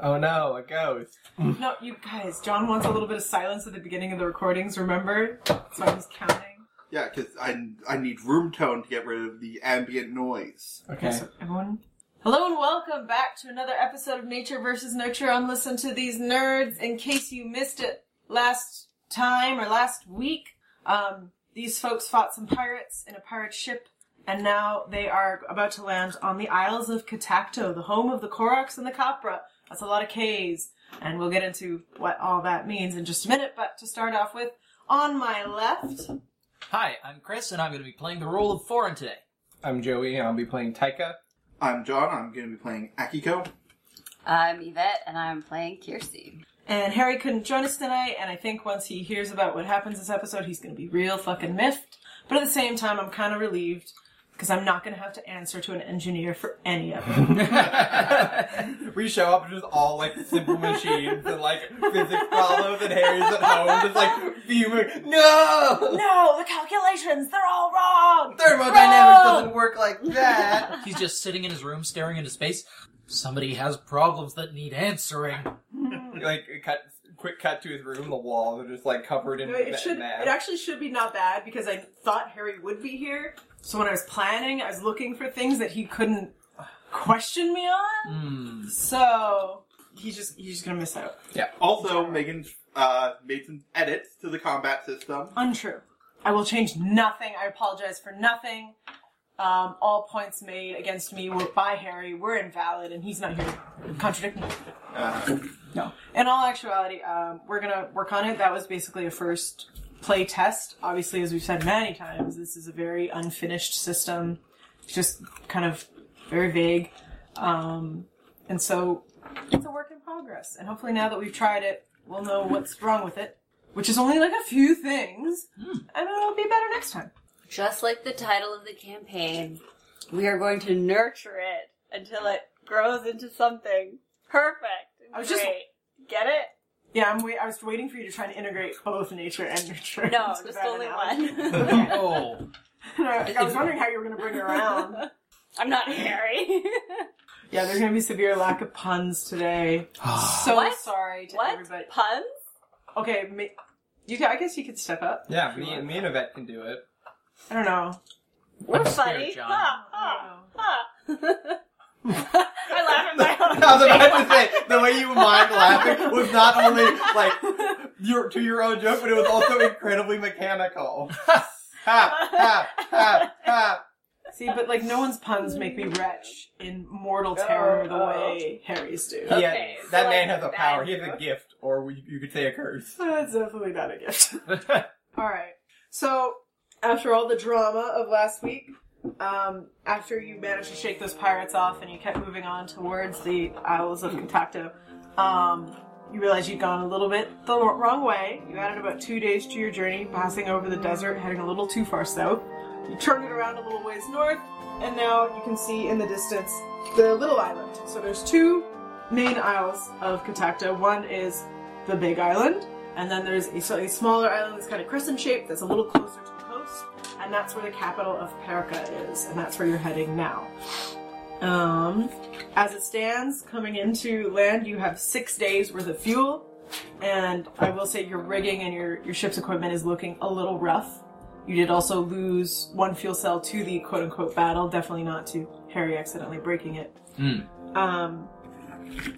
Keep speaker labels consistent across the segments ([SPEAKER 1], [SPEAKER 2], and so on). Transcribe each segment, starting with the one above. [SPEAKER 1] Oh no, a ghost.
[SPEAKER 2] No, you guys, John wants a little bit of silence at the beginning of the recordings, remember? So I was counting.
[SPEAKER 3] Yeah, because I, I need room tone to get rid of the ambient noise.
[SPEAKER 1] Okay.
[SPEAKER 2] So everyone. Hello and welcome back to another episode of Nature versus Nurture on Listen to These Nerds. In case you missed it last time or last week, um, these folks fought some pirates in a pirate ship, and now they are about to land on the Isles of Catacto, the home of the Koroks and the Capra. That's a lot of K's, and we'll get into what all that means in just a minute. But to start off with, on my left,
[SPEAKER 4] Hi, I'm Chris, and I'm going to be playing the role of Foreign today.
[SPEAKER 1] I'm Joey, and I'll be playing Taika.
[SPEAKER 3] I'm John. I'm going to be playing Akiko.
[SPEAKER 5] I'm Yvette, and I'm playing Kiersey.
[SPEAKER 2] And Harry couldn't join us tonight, and I think once he hears about what happens this episode, he's gonna be real fucking miffed. But at the same time, I'm kind of relieved because I'm not gonna have to answer to an engineer for any of it.
[SPEAKER 1] we show up and just all like simple machines and like physics problems, and Harry's at home just like fuming. No,
[SPEAKER 2] no, the calculations—they're all wrong.
[SPEAKER 1] thermodynamics doesn't work like that.
[SPEAKER 4] He's just sitting in his room, staring into space. Somebody has problems that need answering.
[SPEAKER 1] like cut, quick cut to his room. The walls are just like covered in
[SPEAKER 2] No, It
[SPEAKER 1] ma-
[SPEAKER 2] should.
[SPEAKER 1] math.
[SPEAKER 2] It actually should be not bad because I thought Harry would be here. So when I was planning, I was looking for things that he couldn't question me on.
[SPEAKER 4] Hmm.
[SPEAKER 2] So he's just he's just gonna miss out.
[SPEAKER 3] Also, Megan uh, made some edits to the combat system.
[SPEAKER 2] Untrue. I will change nothing. I apologize for nothing. Um, all points made against me were by Harry were invalid, and he's not here to contradict me.
[SPEAKER 3] Uh,
[SPEAKER 2] No. In all actuality, um, we're gonna work on it. That was basically a first play test. Obviously, as we've said many times, this is a very unfinished system. It's just kind of very vague. Um, and so it's a work in progress. And hopefully now that we've tried it, we'll know what's wrong with it. Which is only like a few things.
[SPEAKER 5] Hmm.
[SPEAKER 2] And it'll be better next time.
[SPEAKER 5] Just like the title of the campaign, we are going to nurture it until it grows into something perfect.
[SPEAKER 2] I was just-
[SPEAKER 5] Great. get it?
[SPEAKER 2] Yeah, I'm wait- I was waiting for you to try and integrate both nature and nurture.
[SPEAKER 5] No,
[SPEAKER 2] into
[SPEAKER 5] just
[SPEAKER 2] that
[SPEAKER 5] only
[SPEAKER 2] analogy.
[SPEAKER 5] one.
[SPEAKER 4] Oh,
[SPEAKER 2] I I was wondering how you were going to bring it around.
[SPEAKER 5] I'm not Harry.
[SPEAKER 2] Yeah, there's gonna be severe lack of puns today. so
[SPEAKER 5] Ah. What?
[SPEAKER 2] sorry to
[SPEAKER 5] what
[SPEAKER 2] everybody.
[SPEAKER 5] puns?
[SPEAKER 2] Okay, ma- you. ca- I guess you could step up.
[SPEAKER 1] yeah, me, me and Yvette can do it.
[SPEAKER 2] I don't know.
[SPEAKER 5] We're
[SPEAKER 4] scared,
[SPEAKER 5] funny.
[SPEAKER 4] John.
[SPEAKER 5] Ha, ha,
[SPEAKER 2] I
[SPEAKER 5] ha. I laugh at my
[SPEAKER 1] I
[SPEAKER 5] own.
[SPEAKER 1] was about to say the way you mind laughing was not only like your to your own joke, but it was also incredibly mechanical. ha ha ha ha.
[SPEAKER 2] don't know. See, but like no one's puns make me retch in mortal terror the way Harry's do.
[SPEAKER 1] Yeah,
[SPEAKER 5] Okay, so,
[SPEAKER 1] that
[SPEAKER 5] like,
[SPEAKER 1] man has a
[SPEAKER 5] bad
[SPEAKER 1] power. He has a
[SPEAKER 5] joke.
[SPEAKER 1] gift, or we, you could say a curse.
[SPEAKER 2] That's definitely not a gift. All right. So after all the drama of last week, um, after you managed to shake those pirates off and you kept moving on towards the Isles of Contacto, um, you realized you'd gone a little bit the lo- wrong way. You added about two days to your journey, passing over the desert, heading a little too far south. You turned it around a little ways north, and now you can see in the distance the little island. So there's two main isles of Contacto. One is the Big Island, and then there's a slightly smaller island that's kind of crescent shaped that's a little closer to the coast, and that's where the capital of Perica is, and that's where you're heading now. Um, as it stands, coming into land, you have six days worth of fuel, and I will say your rigging and your, your ship's equipment is looking a little rough. You did also lose one fuel cell to the quote unquote battle, definitely not to Harry accidentally breaking it.
[SPEAKER 4] Hmm.
[SPEAKER 2] Um,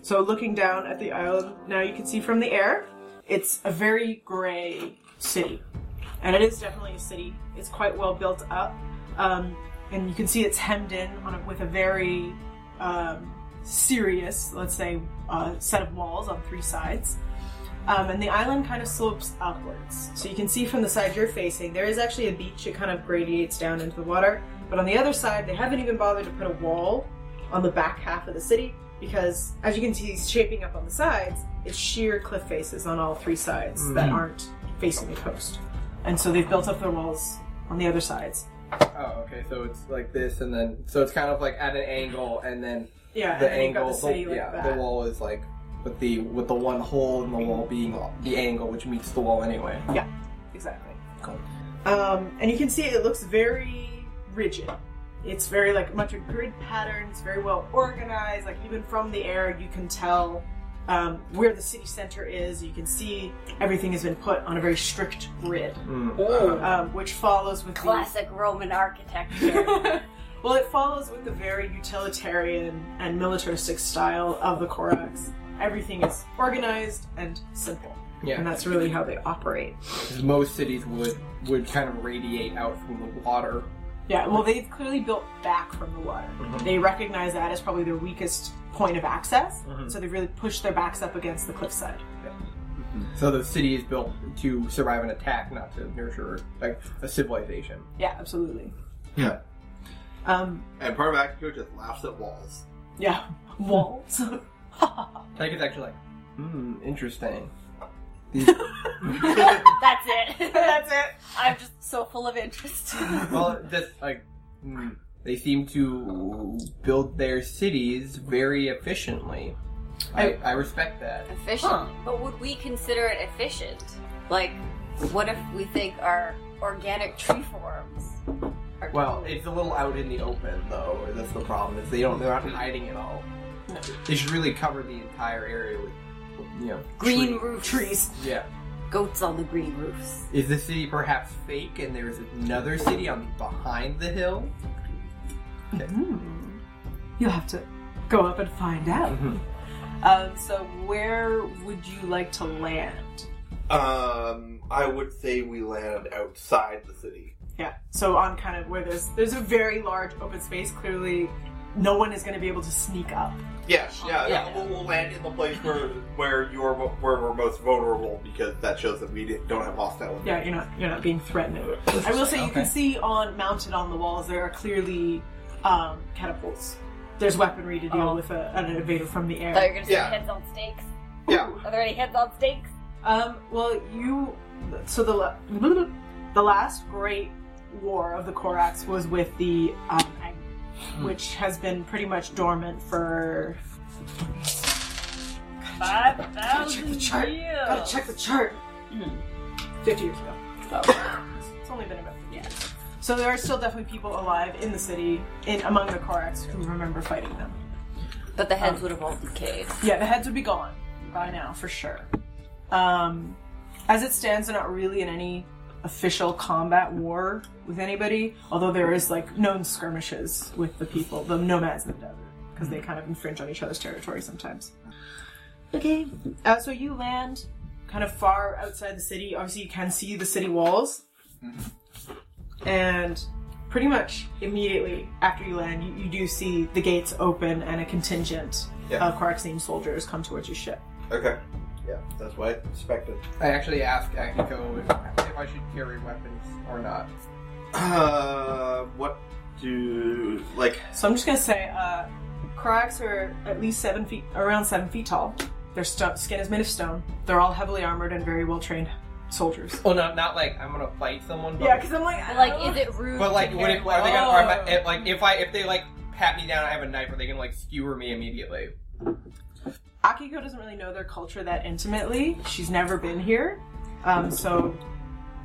[SPEAKER 2] so looking down at the island, now you can see from the air, it's a very gray city. And it is definitely a city. It's quite well built up. Um, and you can see it's hemmed in on a, with a very um, serious, let's say, uh, set of walls on three sides. Um, and the island kind of slopes upwards. So you can see from the side you're facing, there is actually a beach. It kind of gradiates down into the water. But on the other side, they haven't even bothered to put a wall on the back half of the city because, as you can see, it's shaping up on the sides. It's sheer cliff faces on all three sides that
[SPEAKER 1] Hmm.
[SPEAKER 2] aren't facing the coast. And so they've built up their walls on the other sides.
[SPEAKER 1] Oh, okay. So it's like this, and then so it's kind of like at an angle, and then
[SPEAKER 2] Yeah,
[SPEAKER 1] the
[SPEAKER 2] and then you've got
[SPEAKER 1] angle,
[SPEAKER 2] the city like
[SPEAKER 1] yeah,
[SPEAKER 2] that.
[SPEAKER 1] the wall is like with the with the one hole in the wall being the angle, which meets the wall anyway.
[SPEAKER 2] Exactly.
[SPEAKER 1] Cool.
[SPEAKER 2] Um, and you can see it looks very rigid. It's very like much a grid pattern. It's very well organized. Like even from the air, you can tell um, where the city center is. You can see everything has been put on a very strict grid,
[SPEAKER 1] Hmm.
[SPEAKER 2] um, which follows with the
[SPEAKER 5] Classic Roman architecture.
[SPEAKER 2] well, it follows with the very utilitarian and militaristic style of the Korax. Everything is organized and simple, and
[SPEAKER 6] Yeah,
[SPEAKER 2] that's really how they operate.
[SPEAKER 6] 'cause most cities would would kind of radiate out from the water.
[SPEAKER 2] Yeah, well, they've clearly built back from the water. They recognize that as probably their weakest point of access,
[SPEAKER 6] Mhm.
[SPEAKER 2] so they really push their backs up against the cliffside.
[SPEAKER 6] So the city is built to survive an attack, not to nurture like a civilization.
[SPEAKER 2] Yeah, absolutely.
[SPEAKER 3] Yeah.
[SPEAKER 2] Um,
[SPEAKER 3] And part of Akiko just laughs at walls.
[SPEAKER 2] yeah, walls.
[SPEAKER 6] Like it's actually like, hmm, interesting.
[SPEAKER 5] That's it.
[SPEAKER 2] That's it.
[SPEAKER 5] I'm just so full of interest.
[SPEAKER 6] well, that's like hmm, they seem to build their cities very efficiently. I, I respect that.
[SPEAKER 5] efficient. But would we consider it efficient? Like, what if we think our organic tree forms are
[SPEAKER 6] Well, it's a little out in the open though. and That's the problem. Is they don't they're not hiding it all. They should really cover the entire area with you know
[SPEAKER 5] green
[SPEAKER 6] tree-
[SPEAKER 5] roofs?
[SPEAKER 2] Trees.
[SPEAKER 6] Yeah.
[SPEAKER 5] Goats on the green roofs.
[SPEAKER 6] Is the city perhaps fake and there's another city on behind the hill?
[SPEAKER 2] Hmm. You'll have to go up and find out.
[SPEAKER 6] Mhm.
[SPEAKER 2] Um, so, where would you like to land?
[SPEAKER 3] Um, I would say we land outside the city.
[SPEAKER 2] Yeah. So on kind of where there's there's a very large open space. Clearly, no one is going to be able to sneak up.
[SPEAKER 3] Yeah, yeah,
[SPEAKER 5] yeah.
[SPEAKER 3] yeah. We'll, we'll land in the place where where you're where we're most vulnerable because that shows that we di- don't have hostile.
[SPEAKER 2] Yeah, you're not you're not being threatened. I will say you
[SPEAKER 4] Okay.
[SPEAKER 2] can see on mounted on the walls there are clearly um, catapults. There's weaponry to deal
[SPEAKER 4] Oh.
[SPEAKER 2] with a, an invader from the
[SPEAKER 5] I thought you
[SPEAKER 2] air.
[SPEAKER 5] were gonna say
[SPEAKER 3] Yeah.
[SPEAKER 5] heads on stakes.
[SPEAKER 3] Yeah.
[SPEAKER 5] Are there any heads on stakes?
[SPEAKER 2] Um, well, you so the la- the last great war of the Korax was with the um, Ag-
[SPEAKER 4] Hmm.
[SPEAKER 2] which has been pretty much dormant for
[SPEAKER 5] Five
[SPEAKER 2] the
[SPEAKER 5] thousand
[SPEAKER 2] chart. Gotta
[SPEAKER 5] years.
[SPEAKER 2] check the chart.
[SPEAKER 5] Mm.
[SPEAKER 2] 50 Mm-hmm. years ago. it's only been about 50 years. So there are still definitely people alive in the city, in among the Korax, who remember fighting them.
[SPEAKER 5] But the
[SPEAKER 2] Oh.
[SPEAKER 5] heads would have all decayed.
[SPEAKER 2] Yeah, the heads would be gone by now, for sure. Um, as it stands, they're not really in any official combat war with anybody, although there is, like, known skirmishes with the people, the nomads in the desert, because they kind of infringe on each other's territory sometimes. Okay. Uh, so you land kind of far outside the city. Obviously, you can see the city walls. And pretty much immediately after you land, you, you do see the gates open and a contingent
[SPEAKER 3] Yeah.
[SPEAKER 2] of Karaxene soldiers come towards your ship.
[SPEAKER 3] Okay. Yeah, that's what I expected.
[SPEAKER 6] I actually asked Akiko if, if I should carry weapons or not.
[SPEAKER 3] Uh, what do like?
[SPEAKER 2] So I'm just gonna say, uh, Karax are at least seven feet, around seven feet tall. Their sto- skin is made of stone. They're all heavily armored and very well trained soldiers.
[SPEAKER 6] Well, Oh, not not like I'm gonna fight someone. But
[SPEAKER 2] Yeah, because I'm like,
[SPEAKER 5] Like, is it rude?
[SPEAKER 6] But like,
[SPEAKER 5] to
[SPEAKER 6] what if,
[SPEAKER 5] carry
[SPEAKER 6] are they gonna?
[SPEAKER 5] weapons?
[SPEAKER 6] Are my,
[SPEAKER 2] Oh.
[SPEAKER 6] if, like, if I if they like pat me down, I have a knife. Are they gonna like skewer me immediately?
[SPEAKER 2] Akiko doesn't really know their culture that intimately. She's never been here, um, so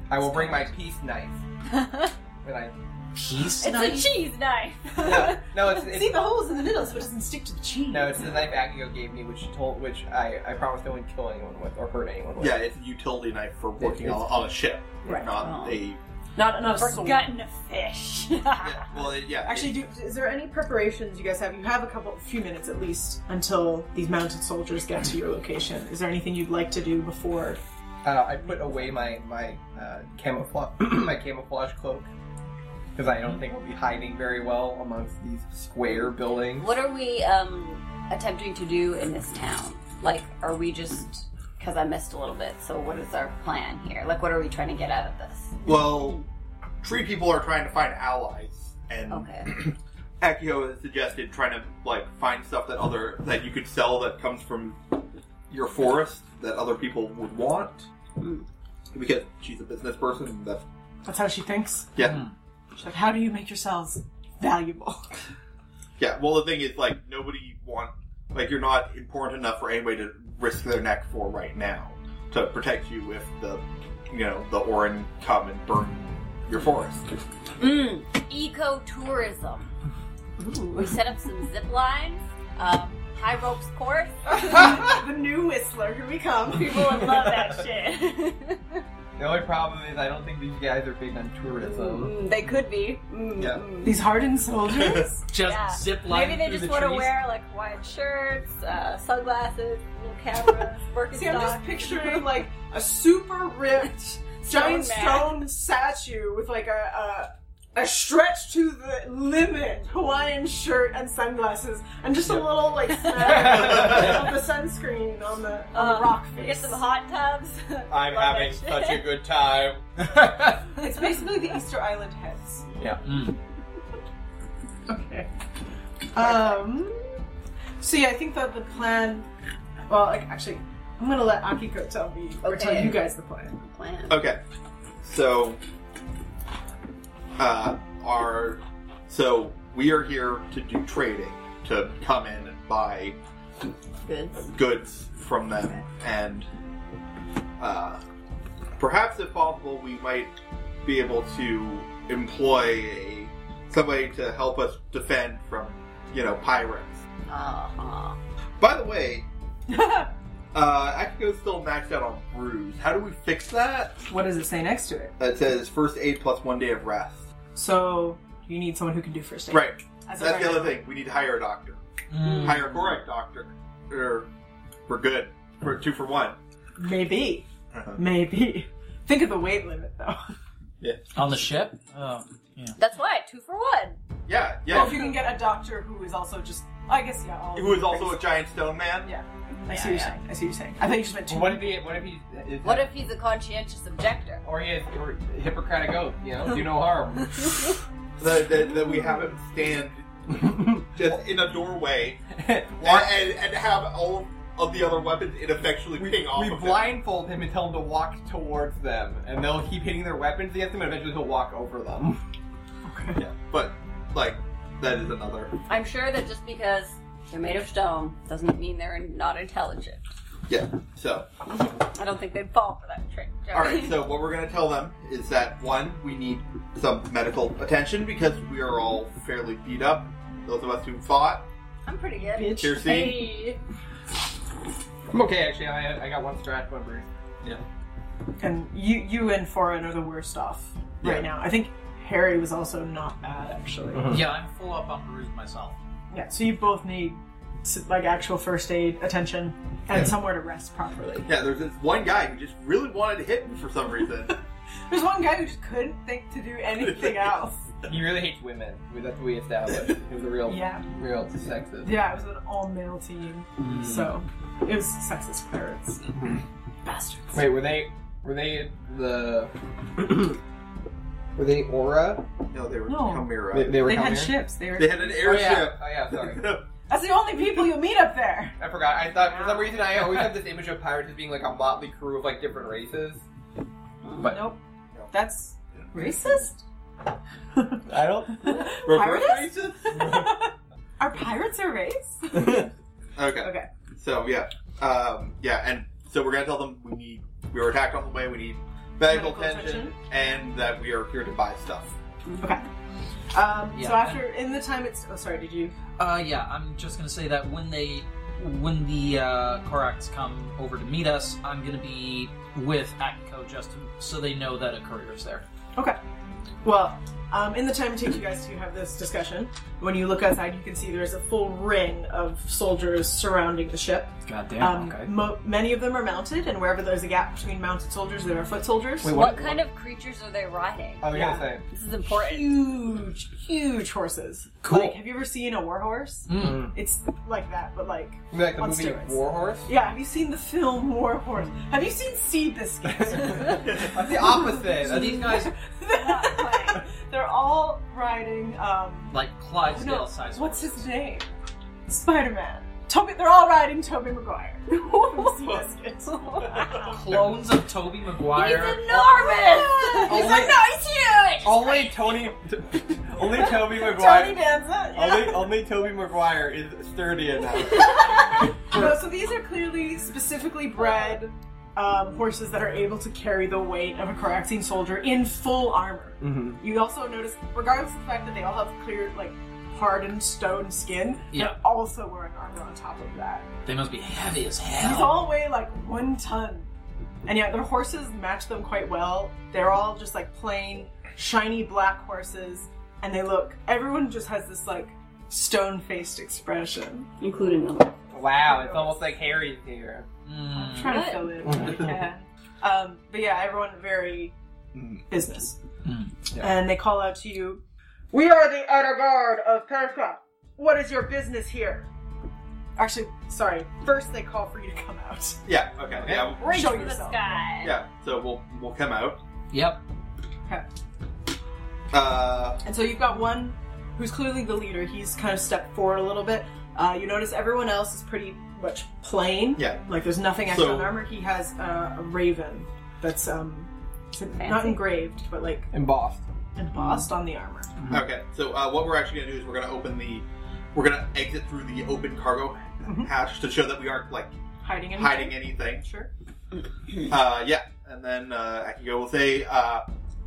[SPEAKER 6] I will bring my peace knife. and I
[SPEAKER 4] Peace.
[SPEAKER 5] It's a cheese knife.
[SPEAKER 6] no, no it's,
[SPEAKER 2] see
[SPEAKER 6] it's
[SPEAKER 2] the holes in the middle, so it doesn't stick to the cheese.
[SPEAKER 6] no, it's the knife Akio gave me, which she told which I I promised I wouldn't kill anyone with or hurt anyone with.
[SPEAKER 3] Yeah, it's a utility knife for working on, on a ship,
[SPEAKER 2] Right.
[SPEAKER 3] not a.
[SPEAKER 2] not not a
[SPEAKER 5] For
[SPEAKER 2] sword.
[SPEAKER 5] gutting a fish.
[SPEAKER 3] Yeah, well, it- yeah.
[SPEAKER 2] Um, Actually, do, is there any preparations you guys have? You have a couple, few minutes at least until these mounted soldiers get to your location. Is there anything you'd like to do before?
[SPEAKER 6] Uh, I put away my my uh, camouflage my camouflage cloak because I don't think we'll be hiding very well amongst these square buildings.
[SPEAKER 5] What are we um, attempting to do in this town? Like, are we just. Because I missed a little bit, so what is our plan here? Like, what are we trying to get out of this?
[SPEAKER 3] well, tree people are trying to find allies, and
[SPEAKER 5] Okay.
[SPEAKER 3] Akio has suggested trying to like find stuff that other that you could sell that comes from your forest that other people would want.
[SPEAKER 2] Hmm.
[SPEAKER 5] Mm.
[SPEAKER 3] Because she's a business person, and that's
[SPEAKER 2] That's how she thinks.
[SPEAKER 3] yeah,
[SPEAKER 2] She's like, how do you make yourselves valuable?
[SPEAKER 3] yeah. Well, the thing is, like, nobody want like you're not important enough for anybody to risk their neck for right now to protect you if the you know the Orin come and burn your forest.
[SPEAKER 5] Mm, ecotourism. We
[SPEAKER 2] Ooh.
[SPEAKER 5] set up some zip lines, um, high ropes course.
[SPEAKER 2] the new Whistler, here we come.
[SPEAKER 5] People would love that shit. Mm,
[SPEAKER 1] The only problem is I don't think these guys are big on tourism.
[SPEAKER 5] Mm, they could be. Mm,
[SPEAKER 3] Yeah.
[SPEAKER 5] mm.
[SPEAKER 2] These hardened soldiers?
[SPEAKER 4] Just
[SPEAKER 5] Yeah.
[SPEAKER 4] zip line
[SPEAKER 5] Maybe they
[SPEAKER 4] through
[SPEAKER 5] just
[SPEAKER 4] the
[SPEAKER 5] want to
[SPEAKER 4] trees.
[SPEAKER 5] wear like wide shirts, uh, sunglasses, little cameras, working
[SPEAKER 2] See, I'm just
[SPEAKER 5] stock.
[SPEAKER 2] picturing like a super ripped giant stone
[SPEAKER 5] Stone
[SPEAKER 2] statue with like a, a a stretch to the limit Hawaiian shirt and sunglasses, and just a little like smack of the sunscreen on the, on the
[SPEAKER 5] Um,
[SPEAKER 2] rock
[SPEAKER 5] We get
[SPEAKER 2] face.
[SPEAKER 5] some hot tubs.
[SPEAKER 1] I'm
[SPEAKER 5] Love
[SPEAKER 1] having
[SPEAKER 5] it.
[SPEAKER 1] such a good time.
[SPEAKER 2] It's basically the Easter Island heads.
[SPEAKER 4] Mm.
[SPEAKER 2] Okay. Um. So yeah, I think that the plan. Well, like actually, I'm gonna let Akiko tell me or tell
[SPEAKER 5] Okay.
[SPEAKER 2] you guys the plan.
[SPEAKER 5] Plan.
[SPEAKER 3] Okay. So, uh, our so we are here to do trading, to come in and buy
[SPEAKER 5] Goods.
[SPEAKER 3] goods from them, and uh, perhaps if possible, we might be able to employ a, somebody to help us defend from, you know, pirates.
[SPEAKER 5] Uh-huh.
[SPEAKER 3] By the way, uh, Akiko's still maxed out on bruise. How do we fix that?
[SPEAKER 2] what does it say next to it?
[SPEAKER 3] It says first aid plus one day of rest.
[SPEAKER 2] So you need someone who can do first aid.
[SPEAKER 3] Right.
[SPEAKER 2] As a
[SPEAKER 3] That's the
[SPEAKER 2] writer.
[SPEAKER 3] other thing. We need to hire a doctor.
[SPEAKER 4] Mm.
[SPEAKER 3] Hire a correct doctor. Or we're good. We're two for one.
[SPEAKER 2] Maybe.
[SPEAKER 3] Uh-huh.
[SPEAKER 2] Maybe. Think of the weight limit though.
[SPEAKER 4] On the ship? Oh, yeah.
[SPEAKER 5] That's why two for one.
[SPEAKER 3] Yeah, yeah.
[SPEAKER 2] Well, if you can get a doctor who is also just, I guess yeah. All
[SPEAKER 3] Who is also a giant stone man?
[SPEAKER 2] Yeah. I see
[SPEAKER 5] Yeah,
[SPEAKER 2] what you're
[SPEAKER 5] yeah.
[SPEAKER 2] saying. I see what you're saying. I think you just meant two.
[SPEAKER 1] Well, what if he? What if he? Is
[SPEAKER 5] What if he's a conscientious objector?
[SPEAKER 1] Or he has or Hippocratic oath. You know, do no harm.
[SPEAKER 3] That, that, that we have him stand just in a doorway and,
[SPEAKER 1] Walk-
[SPEAKER 3] and, and have all of the other weapons ineffectually
[SPEAKER 1] we,
[SPEAKER 3] ping off
[SPEAKER 1] we
[SPEAKER 3] of him.
[SPEAKER 1] blindfold him and tell him to walk towards them, and they'll keep hitting their weapons against him, and eventually he'll walk over them.
[SPEAKER 3] Yeah, but, like, that is another.
[SPEAKER 5] I'm sure that just because they're made of stone doesn't mean they're not intelligent.
[SPEAKER 3] Yeah, so.
[SPEAKER 5] I don't think they'd fall for that trick. Joey.
[SPEAKER 3] Alright, so what we're going to tell them is that, one, we need some medical attention because we are all fairly beat up. Those of us who fought.
[SPEAKER 5] I'm pretty good.
[SPEAKER 2] Bitch.
[SPEAKER 3] Kirsty.
[SPEAKER 5] Hey.
[SPEAKER 1] I'm okay, actually. I, I got one scratch, one bruise.
[SPEAKER 2] And you, you and Foreign are the worst off
[SPEAKER 3] Yeah.
[SPEAKER 2] right now. I think Harry was also not bad actually.
[SPEAKER 5] Hmm.
[SPEAKER 4] Yeah, I'm full up on bruise myself.
[SPEAKER 2] Yeah. So you both need s- like actual first aid attention and somewhere to rest properly.
[SPEAKER 3] Yeah, there's this one guy who just really wanted to hit me for some reason.
[SPEAKER 2] There's one guy who just couldn't think to do anything else.
[SPEAKER 1] He really hates women. We- That's what we established. It was a real,
[SPEAKER 2] Yeah.
[SPEAKER 1] real sexist.
[SPEAKER 2] Yeah, it was an all male team,
[SPEAKER 1] Mm-hmm.
[SPEAKER 2] so it was sexist pirates. Bastards.
[SPEAKER 1] Wait, were they? Were they the? were they aura?
[SPEAKER 3] no, they were
[SPEAKER 2] No.
[SPEAKER 3] Chimera.
[SPEAKER 1] They, they were
[SPEAKER 2] They had
[SPEAKER 1] Khmer?
[SPEAKER 2] ships. They were.
[SPEAKER 3] They had an
[SPEAKER 1] Oh
[SPEAKER 3] airship.
[SPEAKER 1] yeah. Oh yeah. Sorry.
[SPEAKER 2] That's the only people you meet up there.
[SPEAKER 1] I forgot. I thought for some reason I always have this image of pirates as being like a motley crew of like different races. But
[SPEAKER 2] Nope. That's racist.
[SPEAKER 1] I don't.
[SPEAKER 2] Pirates? Are pirates a race?
[SPEAKER 3] okay.
[SPEAKER 2] Okay.
[SPEAKER 3] So yeah, um, yeah, and so we're gonna tell them we need we were attacked on the way. We need medical,
[SPEAKER 2] Medical
[SPEAKER 3] attention, and that we are here to buy stuff.
[SPEAKER 1] Mm-hmm.
[SPEAKER 2] Okay. Um,
[SPEAKER 4] Yeah.
[SPEAKER 2] So after in the time it's oh sorry did you
[SPEAKER 4] Uh, yeah, I'm just gonna say that when they, when the uh, Koraks come over to meet us, I'm gonna be with Akiko just to, so they know that a courier's there.
[SPEAKER 2] well um, in the time it takes you guys to have this discussion when you look outside you can see there's a full ring of soldiers surrounding the ship.
[SPEAKER 4] God damn.
[SPEAKER 2] Um, mo- many of them are mounted, and wherever there's a gap between mounted soldiers, there are foot soldiers.
[SPEAKER 1] Wait,
[SPEAKER 5] What kind of creatures are they riding?
[SPEAKER 6] Uh,
[SPEAKER 1] I was
[SPEAKER 2] Yeah.
[SPEAKER 1] gonna say.
[SPEAKER 5] This is important.
[SPEAKER 2] huge, huge horses.
[SPEAKER 4] Cool.
[SPEAKER 2] Like, have you ever seen a war horse?
[SPEAKER 4] Mm.
[SPEAKER 2] It's like that, but like,
[SPEAKER 1] Maybe Like the
[SPEAKER 2] Let's
[SPEAKER 1] movie
[SPEAKER 2] do it.
[SPEAKER 1] Warhorse?
[SPEAKER 2] yeah. Have you seen the film War Horse? Have you seen Sea Biscuit?
[SPEAKER 1] That's the opposite.
[SPEAKER 4] So these guys,
[SPEAKER 2] They're all riding. Um,
[SPEAKER 4] like Clydesdale
[SPEAKER 2] no,
[SPEAKER 4] size.
[SPEAKER 2] what's his name? Spider Man. Toby. They're all riding Toby Maguire. From sea Biscuit.
[SPEAKER 4] Clones of Toby
[SPEAKER 5] He's
[SPEAKER 4] Maguire.
[SPEAKER 5] enormous.
[SPEAKER 1] Only-
[SPEAKER 5] He's like, no, he's huge.
[SPEAKER 1] only Tony, only Toby
[SPEAKER 2] Tony
[SPEAKER 1] Maguire,
[SPEAKER 2] Danza. yeah.
[SPEAKER 1] only only Toby Maguire is sturdy enough.
[SPEAKER 2] No, so these are clearly specifically bred um, horses that are able to carry the weight of a Coraxian soldier in full armor.
[SPEAKER 1] Mm-hmm.
[SPEAKER 2] You also notice, regardless of the fact that they all have clear, like, hardened stone skin,
[SPEAKER 4] Yeah.
[SPEAKER 2] they're also wearing armor on top of that.
[SPEAKER 4] They must be heavy as
[SPEAKER 2] These
[SPEAKER 4] hell.
[SPEAKER 2] all weigh like one ton. And yeah, their horses match them quite well. They're all just like plain, shiny black horses, and they look. Everyone just has this like stone faced expression.
[SPEAKER 5] including them.
[SPEAKER 6] Wow, it's almost like Harry's here.
[SPEAKER 2] I'm
[SPEAKER 4] Mm.
[SPEAKER 2] trying to fill it if I can. Um, but yeah, everyone very
[SPEAKER 1] Mm.
[SPEAKER 2] business.
[SPEAKER 4] Mm.
[SPEAKER 1] Yeah.
[SPEAKER 2] And they call out to you We are the outer guard of Perka. What is your business here? Actually, sorry. First, they call for you to come out.
[SPEAKER 3] Yeah. Okay. Yeah.
[SPEAKER 5] Reach
[SPEAKER 2] Show
[SPEAKER 5] for the
[SPEAKER 2] yourself.
[SPEAKER 5] sky.
[SPEAKER 3] Yeah. So we'll we'll come out.
[SPEAKER 4] Yep.
[SPEAKER 3] Uh,
[SPEAKER 2] And so you've got one who's clearly the leader. He's kind of stepped forward a little bit. Uh, you notice everyone else is pretty much plain.
[SPEAKER 3] Yeah.
[SPEAKER 2] Like there's nothing extra
[SPEAKER 3] So-
[SPEAKER 2] on armor. He has uh, a raven that's um, not
[SPEAKER 5] Fancy.
[SPEAKER 2] engraved, but like
[SPEAKER 1] Embossed.
[SPEAKER 2] embossed on the armor.
[SPEAKER 3] okay. So uh, what we're actually gonna do is we're gonna open the we're gonna exit through the open cargo
[SPEAKER 2] Mhm.
[SPEAKER 3] hatch to show that we aren't like
[SPEAKER 2] Hiding in
[SPEAKER 3] hiding Mm-hmm. anything.
[SPEAKER 2] Sure.
[SPEAKER 3] Uh, yeah, and then uh, Akiko will say, uh,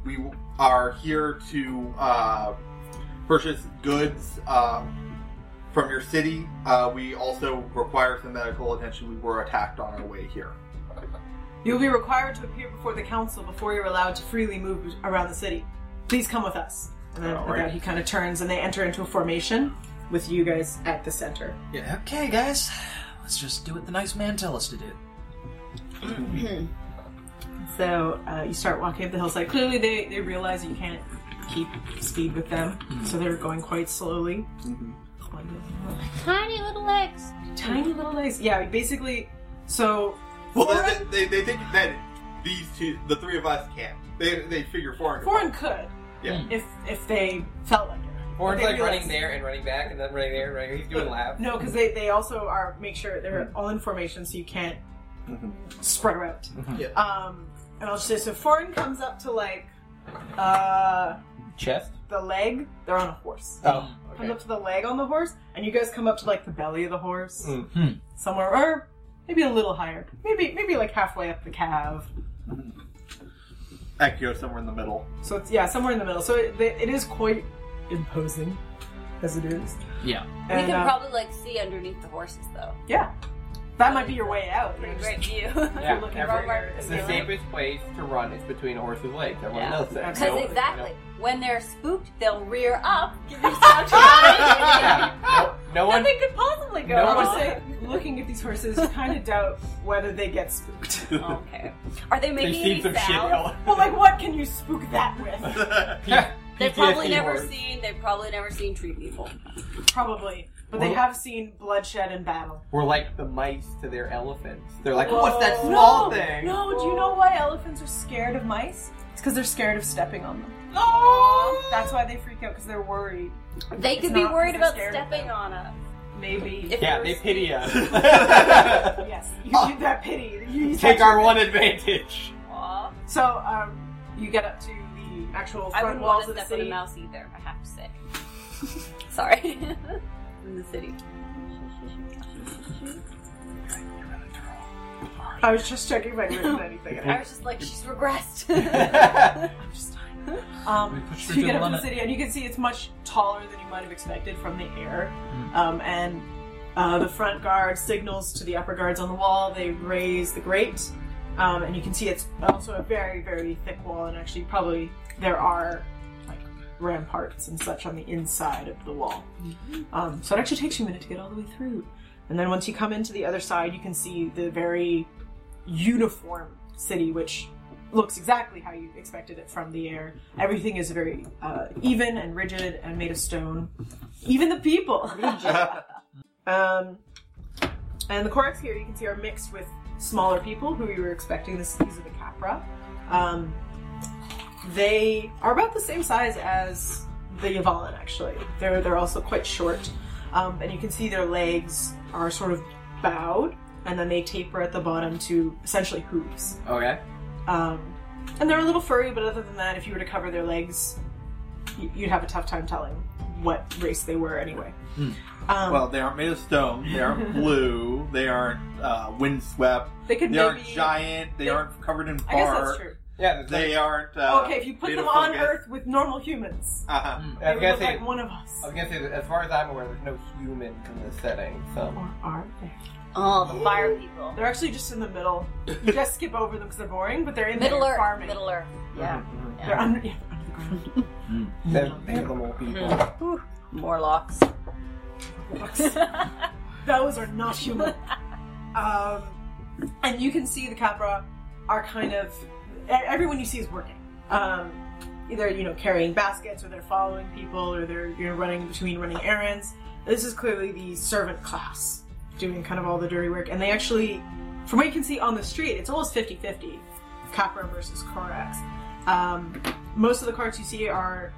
[SPEAKER 3] "We w- are here to uh, purchase goods uh, from your city. Uh, we also require some medical attention. We were attacked on our way here."
[SPEAKER 2] You'll be required to appear before the council before you're allowed to freely move around the city. Please come with us. And then
[SPEAKER 3] All
[SPEAKER 2] with that,
[SPEAKER 3] right.
[SPEAKER 2] he kind of turns and they enter into a formation with you guys at the center.
[SPEAKER 4] Okay, guys. Let's just do what the nice man tell us to do.
[SPEAKER 2] So uh, you start walking up the hillside. Clearly, they, they realize you can't keep speed with them, so they're going quite slowly.
[SPEAKER 3] Mm-hmm.
[SPEAKER 5] Tiny little legs.
[SPEAKER 2] Tiny little legs. Yeah, basically. So
[SPEAKER 3] Well,
[SPEAKER 2] foreign,
[SPEAKER 3] they, they, they think that these two, the three of us, can. They they figure foreign.
[SPEAKER 2] foreign could.
[SPEAKER 3] Yeah.
[SPEAKER 2] If if they felt like it.
[SPEAKER 6] Or it's
[SPEAKER 2] They
[SPEAKER 6] like running
[SPEAKER 2] realize-
[SPEAKER 6] there and running back and then running there and running He's doing laps.
[SPEAKER 2] No, because they, they also are make sure they're all in formation, so you can't spread out.
[SPEAKER 1] Mhm.
[SPEAKER 3] Yeah.
[SPEAKER 2] Um, and I'll just say so. Foreign comes up to like uh
[SPEAKER 6] Chest?
[SPEAKER 2] the leg. They're on a horse.
[SPEAKER 1] Oh.
[SPEAKER 2] comes up to the leg on the horse, and you guys come up to like the belly of the horse,
[SPEAKER 1] Mm.
[SPEAKER 4] Hmm.
[SPEAKER 2] somewhere, or maybe a little higher, maybe maybe like halfway up the calf.
[SPEAKER 3] Akiko somewhere in the middle.
[SPEAKER 2] So it's yeah, somewhere in the middle. So it, it is quite imposing, as it is.
[SPEAKER 4] Yeah.
[SPEAKER 5] We
[SPEAKER 2] And,
[SPEAKER 5] can
[SPEAKER 2] uh,
[SPEAKER 5] probably like see underneath the horses though.
[SPEAKER 2] yeah, that might be your way out.
[SPEAKER 5] Pretty great view.
[SPEAKER 6] Yeah,
[SPEAKER 2] looking
[SPEAKER 6] everywhere.
[SPEAKER 2] everywhere.
[SPEAKER 6] It's the
[SPEAKER 2] Yeah.
[SPEAKER 6] safest place to run is between a horse's legs. Everyone
[SPEAKER 5] Yeah.
[SPEAKER 6] knows that.
[SPEAKER 5] Because
[SPEAKER 6] No-
[SPEAKER 5] exactly, when they're spooked, they'll rear up, give themselves a
[SPEAKER 6] No, no one.
[SPEAKER 5] Nothing could possibly go
[SPEAKER 6] No
[SPEAKER 2] I
[SPEAKER 5] wrong.
[SPEAKER 2] would say, looking at these horses, you kind of doubt whether they get spooked.
[SPEAKER 5] okay. Are they
[SPEAKER 6] They've
[SPEAKER 5] making
[SPEAKER 6] seen
[SPEAKER 5] any
[SPEAKER 6] some
[SPEAKER 5] sound?
[SPEAKER 6] shit. Ellen.
[SPEAKER 2] Well, like, what can you spook that with?
[SPEAKER 5] They've
[SPEAKER 6] PTSD
[SPEAKER 5] probably never
[SPEAKER 6] E horse.
[SPEAKER 5] seen. They've probably never seen tree people.
[SPEAKER 2] Probably, but they have seen bloodshed and battle.
[SPEAKER 6] We're like the mice to their elephants. They're like,
[SPEAKER 5] Oh,
[SPEAKER 2] Whoa.
[SPEAKER 6] what's that small
[SPEAKER 2] no,
[SPEAKER 6] thing?
[SPEAKER 2] No, do you know why elephants are scared of mice? It's because they're scared of stepping on them. That's why they freak out because they're worried.
[SPEAKER 5] They
[SPEAKER 2] It's
[SPEAKER 5] could be
[SPEAKER 2] not
[SPEAKER 5] worried about
[SPEAKER 2] scared of
[SPEAKER 5] stepping
[SPEAKER 2] them.
[SPEAKER 5] on us.
[SPEAKER 2] Maybe.
[SPEAKER 5] If Ah.
[SPEAKER 6] Yeah,
[SPEAKER 5] were
[SPEAKER 6] they
[SPEAKER 5] sneaky.
[SPEAKER 6] pity us.
[SPEAKER 2] yes, you need that pity. You use
[SPEAKER 6] Take
[SPEAKER 2] that-
[SPEAKER 6] our one advantage.
[SPEAKER 5] Aw,
[SPEAKER 2] So, um, you get up to the actual
[SPEAKER 5] I
[SPEAKER 2] front
[SPEAKER 5] wouldn't want
[SPEAKER 2] walls
[SPEAKER 5] to
[SPEAKER 2] of the
[SPEAKER 5] step on a
[SPEAKER 2] city.
[SPEAKER 5] mouse either. I have to say. Sorry. In the city.
[SPEAKER 2] I was just checking if I'd written anything.
[SPEAKER 5] I was just like, she's regressed.
[SPEAKER 2] I'm just
[SPEAKER 4] We
[SPEAKER 2] um,
[SPEAKER 4] pushed
[SPEAKER 2] so
[SPEAKER 4] her
[SPEAKER 2] you
[SPEAKER 4] to
[SPEAKER 2] get
[SPEAKER 4] the
[SPEAKER 2] up to the
[SPEAKER 4] limit.
[SPEAKER 2] city, and you can see it's much taller than you might have expected from the air. Um, and uh, the front guard signals to the upper guards on the wall. They raise the grate, um, and you can see it's also a very, very thick wall. And actually, probably there are like ramparts and such on the inside of the wall. Um, so it actually takes you a minute to get all the way through. And then once you come into the other side, you can see the very uniform city, which looks exactly how you expected it from the air. Everything is very uh, even and rigid and made of stone. Even the people. um, and the Koraks here, you can see, are mixed with smaller people who you were expecting. This, these are the Capra. Um, they are about the same size as the Yavalan, actually. They're, they're also quite short. Um, and you can see their legs are sort of bowed, and then they taper at the bottom to essentially hooves.
[SPEAKER 6] Okay.
[SPEAKER 2] Um, and they're a little furry, but other than that, if you were to cover their legs, y- you'd have a tough time telling what race they were anyway.
[SPEAKER 4] Hmm.
[SPEAKER 2] Um,
[SPEAKER 3] Well, they aren't made of stone. They aren't blue. They aren't uh, windswept.
[SPEAKER 2] they could
[SPEAKER 3] They
[SPEAKER 2] maybe.
[SPEAKER 3] aren't giant. They
[SPEAKER 2] they-
[SPEAKER 3] aren't covered in
[SPEAKER 2] I guess that's
[SPEAKER 3] bark.
[SPEAKER 2] true.
[SPEAKER 6] Yeah, that's
[SPEAKER 3] They aren't. Uh,
[SPEAKER 2] okay, if you put
[SPEAKER 3] made
[SPEAKER 2] them
[SPEAKER 3] of
[SPEAKER 2] on
[SPEAKER 3] fungus.
[SPEAKER 2] Earth with normal humans,
[SPEAKER 3] Uh-huh.
[SPEAKER 4] Hmm.
[SPEAKER 2] they
[SPEAKER 6] I was
[SPEAKER 2] would look
[SPEAKER 6] gonna say,
[SPEAKER 2] like one of us.
[SPEAKER 6] I was gonna say that as far as I'm aware, there's no humans in this setting, so
[SPEAKER 2] Or are they?
[SPEAKER 5] Oh, the fire people.
[SPEAKER 2] They're actually just in the middle. You just skip over them because they're boring, but they're in
[SPEAKER 5] Middle
[SPEAKER 2] there
[SPEAKER 5] Earth.
[SPEAKER 2] farming.
[SPEAKER 5] Middle Earth. Yeah.
[SPEAKER 2] They're under, yeah, under the ground.
[SPEAKER 6] they're
[SPEAKER 2] Mm-hmm.
[SPEAKER 6] animal people.
[SPEAKER 5] Morlocks.
[SPEAKER 2] Those are not human. um, and you can see the Capra are kind of e- everyone you see is working. Um, either you know carrying baskets, or they're following people, or they're you know running between running errands. This is clearly the servant class doing kind of all the dirty work, and they actually, from what you can see on the street, it's almost 50-50, Capra versus Corax. Um, most of the carts you see are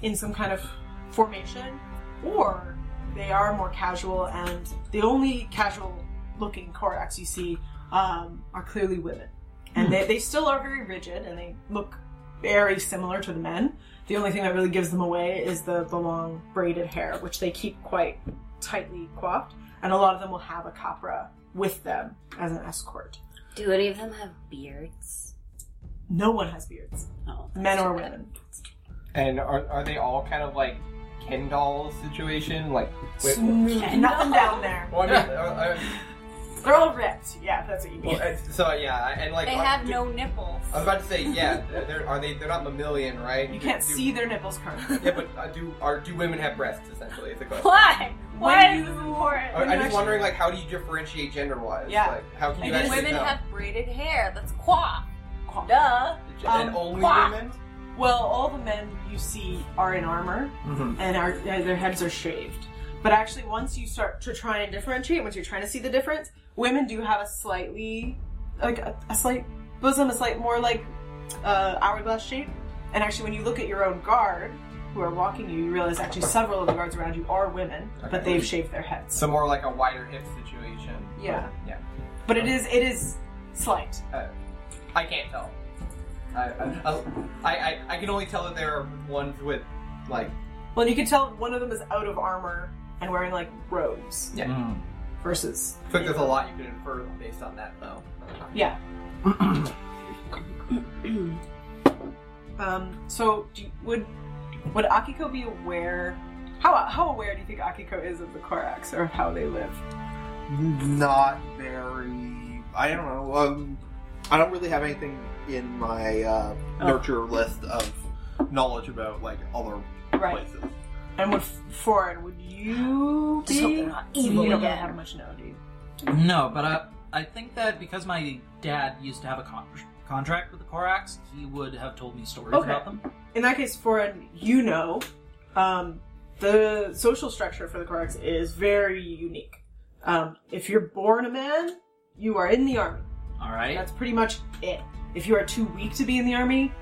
[SPEAKER 2] in some kind of formation, or they are more casual, and the only casual looking Corax you see um, are clearly women.
[SPEAKER 5] Hmm.
[SPEAKER 2] And they, they still are very rigid and they look very similar to the men. The only thing that really gives them away is the, the long braided hair, which they keep quite tightly coiffed. And a lot of them will have a capra with them as an escort.
[SPEAKER 5] Do any of them have beards?
[SPEAKER 2] No one has beards,
[SPEAKER 5] Oh, that's
[SPEAKER 2] men or
[SPEAKER 5] too bad.
[SPEAKER 2] women.
[SPEAKER 6] And are, are they all kind of like Ken doll situation? Like, wait,
[SPEAKER 2] Smooth,
[SPEAKER 5] Okay.
[SPEAKER 2] nothing down there.
[SPEAKER 6] well, I mean, uh,
[SPEAKER 2] They're all ripped. Yeah, that's what you
[SPEAKER 6] uh, well,
[SPEAKER 2] mean.
[SPEAKER 6] and so yeah, and like
[SPEAKER 5] They
[SPEAKER 6] are-
[SPEAKER 5] have no nipples.
[SPEAKER 6] I was about to say yeah. They're, they're- are they? They're not mammalian, right?
[SPEAKER 2] You
[SPEAKER 6] Do-
[SPEAKER 2] can't
[SPEAKER 6] do-
[SPEAKER 2] see their nipples currently.
[SPEAKER 6] Yeah, but uh, do are do women have breasts? Essentially, is the question.
[SPEAKER 5] Why? Why
[SPEAKER 2] When
[SPEAKER 5] is
[SPEAKER 2] you-
[SPEAKER 5] this
[SPEAKER 6] I- I'm
[SPEAKER 5] important?
[SPEAKER 2] When you
[SPEAKER 6] just
[SPEAKER 2] actually-
[SPEAKER 6] wondering, like, how do you differentiate gender-wise?
[SPEAKER 2] Yeah.
[SPEAKER 6] Like, how can you
[SPEAKER 5] Because
[SPEAKER 6] actually
[SPEAKER 5] women
[SPEAKER 6] know?
[SPEAKER 5] have braided hair. That's qua.
[SPEAKER 2] Coiffed.
[SPEAKER 5] Duh.
[SPEAKER 6] and
[SPEAKER 2] um,
[SPEAKER 6] only
[SPEAKER 5] quack.
[SPEAKER 6] women?
[SPEAKER 2] Well, all the men you see are in armor and are, their heads are shaved. But actually, once you start to try and differentiate, once you're trying to see the difference, women do have a slightly, like a, a slight bosom, a slight more like uh, hourglass shape. And actually, when you look at your own guard, who are walking you, you realize actually several of the guards around you are women, but they've shaved their heads.
[SPEAKER 6] So more like a wider hip situation.
[SPEAKER 2] Yeah.
[SPEAKER 6] Yeah.
[SPEAKER 2] But it is it is slight.
[SPEAKER 6] I can't tell. I, I, I, I, I can only tell that there are ones with, like,
[SPEAKER 2] Well, you can tell one of them is out of armor and wearing like robes
[SPEAKER 6] yeah.
[SPEAKER 2] versus
[SPEAKER 6] I think there's a lot you can infer based on that, though.
[SPEAKER 2] Yeah. um. So do, would would Akiko be aware? How how aware do you think Akiko is of the Korax or of how they live?
[SPEAKER 3] Not very. I don't know. Um, I don't really have anything in my uh,
[SPEAKER 2] Oh.
[SPEAKER 3] nurture list of knowledge about like other places.
[SPEAKER 2] And would Foreign? Would you
[SPEAKER 5] Just hope they're
[SPEAKER 2] be?
[SPEAKER 5] not
[SPEAKER 2] You
[SPEAKER 5] evil
[SPEAKER 2] don't really
[SPEAKER 5] again.
[SPEAKER 2] have much know, do you?
[SPEAKER 4] No, but I, I think that because my dad used to have a con- contract with the Korax, he would have told me stories
[SPEAKER 2] Okay.
[SPEAKER 4] about them.
[SPEAKER 2] In that case, Foreign, you know, um, the social structure for the Korax is very unique. Um, if you're born a man, you are in the army.
[SPEAKER 4] All right.
[SPEAKER 2] That's pretty much it. If you are too weak to be in the army,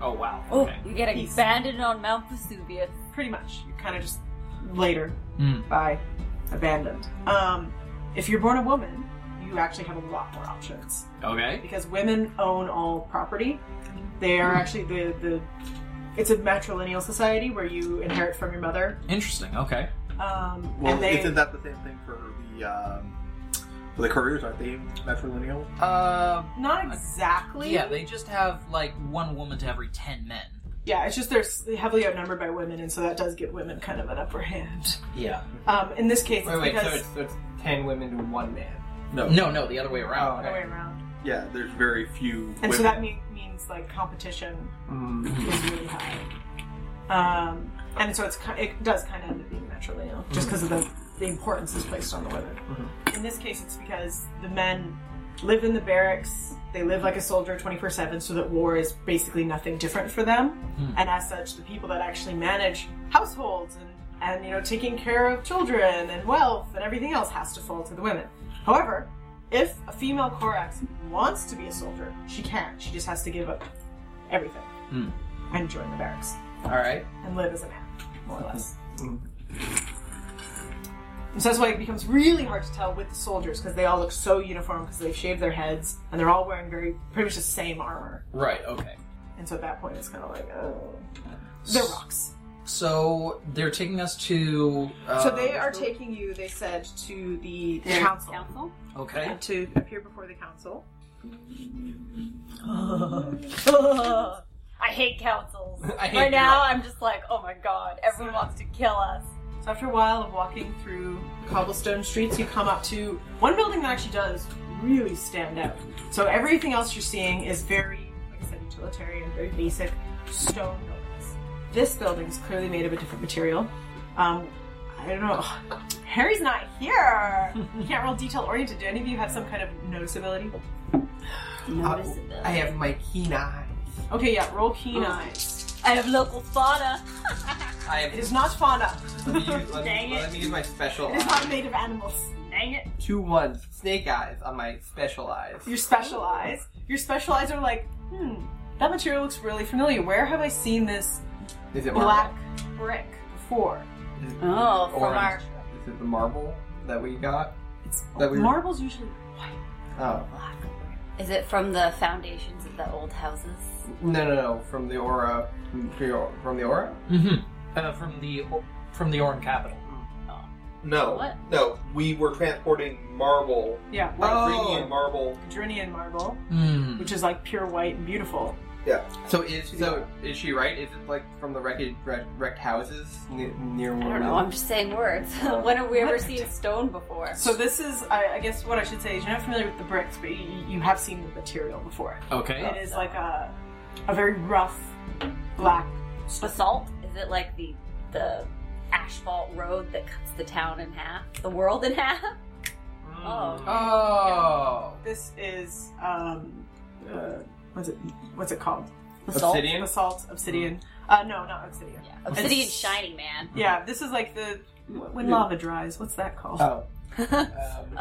[SPEAKER 4] oh wow.
[SPEAKER 5] Oh,
[SPEAKER 4] Okay.
[SPEAKER 5] you get
[SPEAKER 2] Peace.
[SPEAKER 5] abandoned on Mount Vesuvius.
[SPEAKER 2] pretty much you're kind of just later
[SPEAKER 4] Mm.
[SPEAKER 2] by abandoned um, if you're born a woman you actually have a lot more options
[SPEAKER 4] Okay.
[SPEAKER 2] because women own all property they are actually the, the it's a matrilineal society where you inherit from your mother
[SPEAKER 4] Interesting. Okay.
[SPEAKER 2] um,
[SPEAKER 3] Well,
[SPEAKER 2] and they
[SPEAKER 3] isn't that the same thing for the um, for the couriers? Aren't they matrilineal?
[SPEAKER 4] Uh,
[SPEAKER 2] not exactly
[SPEAKER 4] yeah. They just have like one woman to every ten men.
[SPEAKER 2] yeah it's just they're s- heavily outnumbered by women and so that does give women kind of an upper hand
[SPEAKER 4] Yeah.
[SPEAKER 2] um, in this case
[SPEAKER 6] Wait,
[SPEAKER 2] it's
[SPEAKER 6] wait, so
[SPEAKER 2] because
[SPEAKER 6] it's, so it's 10 women to one man.
[SPEAKER 3] No.
[SPEAKER 4] No, no, the other way around.
[SPEAKER 2] other way around
[SPEAKER 3] Yeah, there's very few.
[SPEAKER 2] and
[SPEAKER 3] women.
[SPEAKER 2] so that mean, means like competition
[SPEAKER 6] Mm.
[SPEAKER 2] is really high. Um, and so it's ki- it does kind of end up being matrilineal, just because of the, the importance is placed on the women. In this case, it's because the men live in the barracks, they live like a soldier 24 7, so that war is basically nothing different for them. And as such, the people that actually manage households and, and, you know, taking care of children and wealth and everything else has to fall to the women. However, if a female Korax wants to be a soldier, she can. She just has to give up everything
[SPEAKER 4] Hmm.
[SPEAKER 2] and join the barracks
[SPEAKER 6] All right.
[SPEAKER 2] and live as a man, more or less.
[SPEAKER 4] Hmm.
[SPEAKER 2] And so that's why it becomes really hard to tell with the soldiers because they all look so uniform because they've shaved their heads and they're all wearing very pretty much the same armor.
[SPEAKER 4] Right. Okay.
[SPEAKER 2] And so at that point, it's kind of like, oh, they're rocks.
[SPEAKER 4] So they're taking us to. Uh,
[SPEAKER 2] so they are taking you, they said, to the council.
[SPEAKER 5] Council?
[SPEAKER 4] Okay.
[SPEAKER 2] To appear before the council.
[SPEAKER 5] I hate councils.
[SPEAKER 6] I hate
[SPEAKER 5] right
[SPEAKER 6] you.
[SPEAKER 5] now, I'm just like, oh my god, everyone wants to kill us.
[SPEAKER 2] So after a while of walking through cobblestone streets, you come up to one building that actually does really stand out. So everything else you're seeing is very, like I said, utilitarian, very basic stone buildings. This building is clearly made of a different material. Um, I don't know. Harry's not here. You can't roll detail oriented. Do any of you have some kind of noticeability?
[SPEAKER 5] Noticeability.
[SPEAKER 6] Uh, I have my keen eye.
[SPEAKER 2] Okay, yeah. Roll keen
[SPEAKER 5] Mm.
[SPEAKER 2] eyes.
[SPEAKER 5] I have local fauna.
[SPEAKER 6] I
[SPEAKER 2] It
[SPEAKER 6] have.
[SPEAKER 2] is not fauna.
[SPEAKER 6] Let me use, let
[SPEAKER 5] Dang
[SPEAKER 6] me,
[SPEAKER 5] it.
[SPEAKER 6] let me use my special
[SPEAKER 2] It is
[SPEAKER 6] eye.
[SPEAKER 2] not made of animals.
[SPEAKER 5] Dang it.
[SPEAKER 6] Two ones. Snake eyes on my special eyes.
[SPEAKER 2] your special eyes. Your special eyes are like, hmm, that material looks really familiar. Where have I seen this
[SPEAKER 6] Is it marble?
[SPEAKER 2] black brick before?
[SPEAKER 5] Oh, from
[SPEAKER 6] Orange.
[SPEAKER 5] our.
[SPEAKER 6] Is it the marble that we got?
[SPEAKER 2] It's
[SPEAKER 6] That we-
[SPEAKER 2] marble's usually white.
[SPEAKER 6] Oh.
[SPEAKER 5] Is it from the foundations of the old houses?
[SPEAKER 6] No, no, no. From the aura. From the- from the aura?
[SPEAKER 4] Mm-hmm. Uh, from the from the Orm capital.
[SPEAKER 3] No,
[SPEAKER 5] What?
[SPEAKER 3] no. We were transporting marble,
[SPEAKER 2] Yeah,
[SPEAKER 6] Oh.
[SPEAKER 2] like
[SPEAKER 3] Ukrainian marble.
[SPEAKER 2] Cadrinian marble,
[SPEAKER 4] Mm.
[SPEAKER 2] which is like pure white and beautiful.
[SPEAKER 6] So is so is she right? Is it like from the wrecked wrecked, wrecked houses near, near
[SPEAKER 5] I
[SPEAKER 6] where
[SPEAKER 5] don't
[SPEAKER 6] we
[SPEAKER 5] know.
[SPEAKER 6] live?
[SPEAKER 5] I'm just saying words. when have we ever
[SPEAKER 2] What?
[SPEAKER 5] seen stone before?
[SPEAKER 2] So this is, I, I guess, what I should say is you're not familiar with the bricks, but you, you have seen the material before.
[SPEAKER 4] Okay.
[SPEAKER 2] It is like a a very rough black.
[SPEAKER 5] basalt? Is it like the the asphalt road that cuts the town in half, the world in half? Oh.
[SPEAKER 6] Oh.
[SPEAKER 2] This is um, uh, what's it what's it called?
[SPEAKER 5] Basalt.
[SPEAKER 6] Obsidian?
[SPEAKER 2] Basalt, obsidian. Uh, no, not obsidian.
[SPEAKER 5] Yeah. Obsidian shiny man.
[SPEAKER 2] Yeah, this is like the when lava dries. What's that called?
[SPEAKER 6] Oh.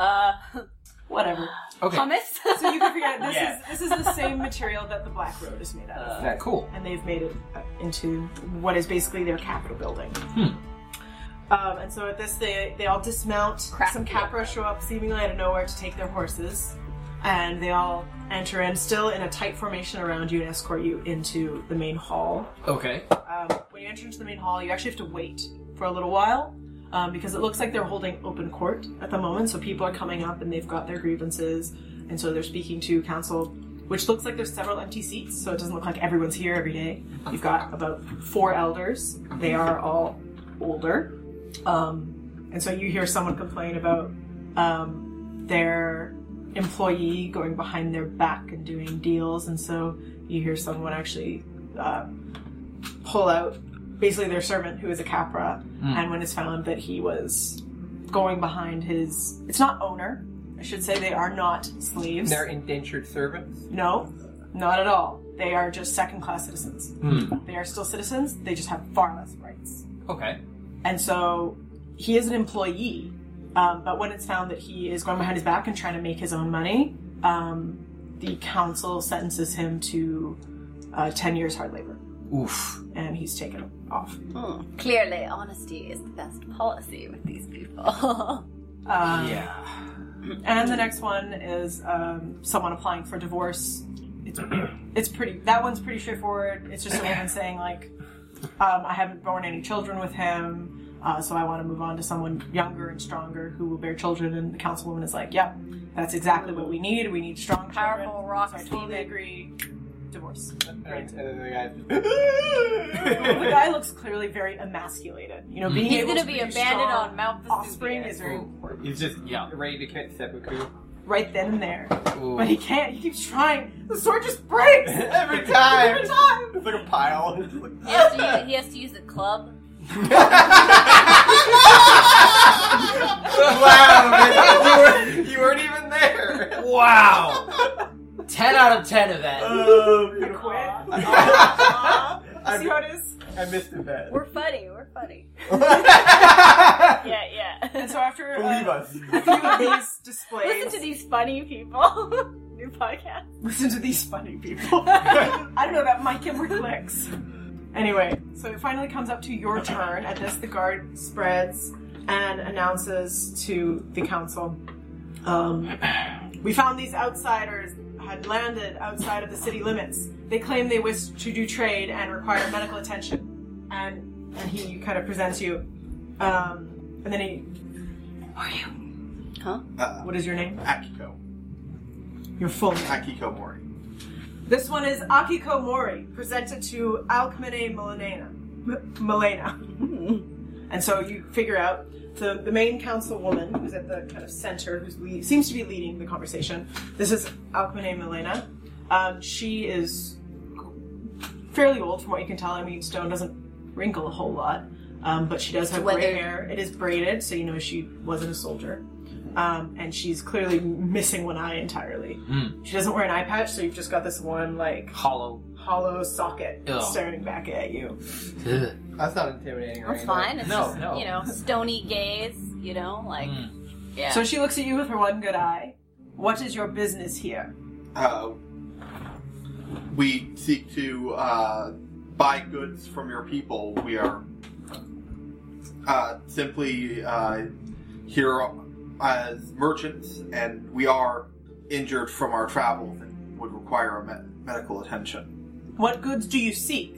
[SPEAKER 5] Uh,
[SPEAKER 2] Whatever.
[SPEAKER 4] Okay.
[SPEAKER 5] hummus.
[SPEAKER 2] So you can figure out this
[SPEAKER 6] Yeah.
[SPEAKER 2] is this is the same material that the Black Road is made out of,
[SPEAKER 6] Nice.
[SPEAKER 4] Cool.
[SPEAKER 2] and they've made it into what is basically their capital building. Um, and so at this, they they all dismount.
[SPEAKER 5] Crap.
[SPEAKER 2] Some capra show up, seemingly out of nowhere, to take their horses, and they all enter in, still in a tight formation around you, and escort you into the main hall.
[SPEAKER 4] Okay.
[SPEAKER 2] um, when you enter into the main hall, you actually have to wait for a little while um, because it looks like they're holding open court at the moment. So people are coming up and they've got their grievances, and so they're speaking to council, which looks like there's several empty seats. So it doesn't look like everyone's here every day. You've got about four elders. They are all older, um, and so you hear someone complain about um, their employee going behind their back and doing deals, and so you hear someone actually. Uh, pull out basically their servant who is a capra and when it's found that he was going behind his it's not owner i should say they are not slaves
[SPEAKER 6] They're indentured servants.
[SPEAKER 2] no not at all they are just second class citizens
[SPEAKER 4] Hmm.
[SPEAKER 2] they are still citizens they just have far less rights
[SPEAKER 4] Okay.
[SPEAKER 2] and so he is an employee um, but when it's found that he is going behind his back and trying to make his own money um, the council sentences him to uh, 10 years hard labor
[SPEAKER 4] Oof.
[SPEAKER 2] and he's taken off
[SPEAKER 5] Hmm. Clearly, honesty is the best policy with these people.
[SPEAKER 2] um,
[SPEAKER 4] Yeah.
[SPEAKER 2] And the next one is um, someone applying for divorce. It's, it's pretty. That one's pretty straightforward. It's just a woman saying like, um, "I haven't born any children with him, uh, so I want to move on to someone younger and stronger who will bear children." And the councilwoman is like, "Yep, that's exactly what we need. We need strong, children."
[SPEAKER 5] Powerful rock
[SPEAKER 2] So I totally
[SPEAKER 5] stealing.
[SPEAKER 2] agree. Divorce.
[SPEAKER 6] And,
[SPEAKER 2] Great.
[SPEAKER 6] then the
[SPEAKER 2] the
[SPEAKER 6] guy.
[SPEAKER 2] guy looks clearly very emasculated. You know, being
[SPEAKER 5] He's
[SPEAKER 2] able
[SPEAKER 5] gonna
[SPEAKER 2] to
[SPEAKER 5] be
[SPEAKER 2] produce
[SPEAKER 5] abandoned
[SPEAKER 2] strong
[SPEAKER 5] on Mount
[SPEAKER 2] offspring
[SPEAKER 5] Vesuvius.
[SPEAKER 2] is very
[SPEAKER 6] He's just
[SPEAKER 4] Yeah.
[SPEAKER 6] ready to commit seppuku.
[SPEAKER 2] right then and there.
[SPEAKER 4] Ooh.
[SPEAKER 2] But he can't. He keeps trying. The sword just breaks
[SPEAKER 1] Every time.
[SPEAKER 2] Every time.
[SPEAKER 1] It's like a pile. It's
[SPEAKER 5] He has, to use, he has to use a club.
[SPEAKER 1] wow, man,
[SPEAKER 6] you weren't even there.
[SPEAKER 4] Wow. ten out of ten of that.
[SPEAKER 1] Oh,
[SPEAKER 2] I
[SPEAKER 1] beautiful.
[SPEAKER 2] quit.
[SPEAKER 1] I,
[SPEAKER 2] See how it is.
[SPEAKER 1] I missed it bad.
[SPEAKER 5] We're funny. We're funny. Yeah, yeah.
[SPEAKER 2] And so after
[SPEAKER 1] Believe
[SPEAKER 2] uh,
[SPEAKER 1] us.
[SPEAKER 2] a few of these displays,
[SPEAKER 5] Listen to these funny people. New podcast.
[SPEAKER 2] listen to these funny people. I don't know that mic ever clicks. Anyway, so it finally comes up to your turn. At this, the guard spreads and announces to the council, um, "We found these outsiders." Had landed outside of the city limits. They claim they wish to do trade and require medical attention. And, and he kind of presents you, um, and then he.
[SPEAKER 3] Uh,
[SPEAKER 2] What is your name?
[SPEAKER 3] Akiko.
[SPEAKER 2] Your full name.
[SPEAKER 3] Akiko Mori.
[SPEAKER 2] This one is Akiko Mori, presented to Alcmene Milena. M- Milena. and so you figure out the, the main councilwoman, who's at the kind of center, who lead, seems to be leading the conversation. This is Alcmene Milena. Um, she is fairly old, from what you can tell. I mean, stone doesn't wrinkle a whole lot, um, but she does have gray
[SPEAKER 5] weathered.
[SPEAKER 2] hair. It is braided, so you know she wasn't a soldier. Um, and she's clearly missing one eye entirely. She doesn't wear an eye patch, so you've just got this one like
[SPEAKER 4] Hollow.
[SPEAKER 2] hollow socket
[SPEAKER 4] Ugh.
[SPEAKER 2] staring back at you.
[SPEAKER 6] That's not intimidating or
[SPEAKER 5] That's
[SPEAKER 6] anything.
[SPEAKER 5] fine. It's
[SPEAKER 4] No,
[SPEAKER 5] just,
[SPEAKER 4] no.
[SPEAKER 5] you know, stony gaze, you know, like,
[SPEAKER 4] Mm.
[SPEAKER 5] yeah.
[SPEAKER 2] So she looks at you with her one good eye. What is your business here?
[SPEAKER 3] Uh, we seek to uh, buy goods from your people. We are uh, simply uh, here as merchants, and we are injured from our travels and would require a me- medical attention.
[SPEAKER 2] What goods do you seek?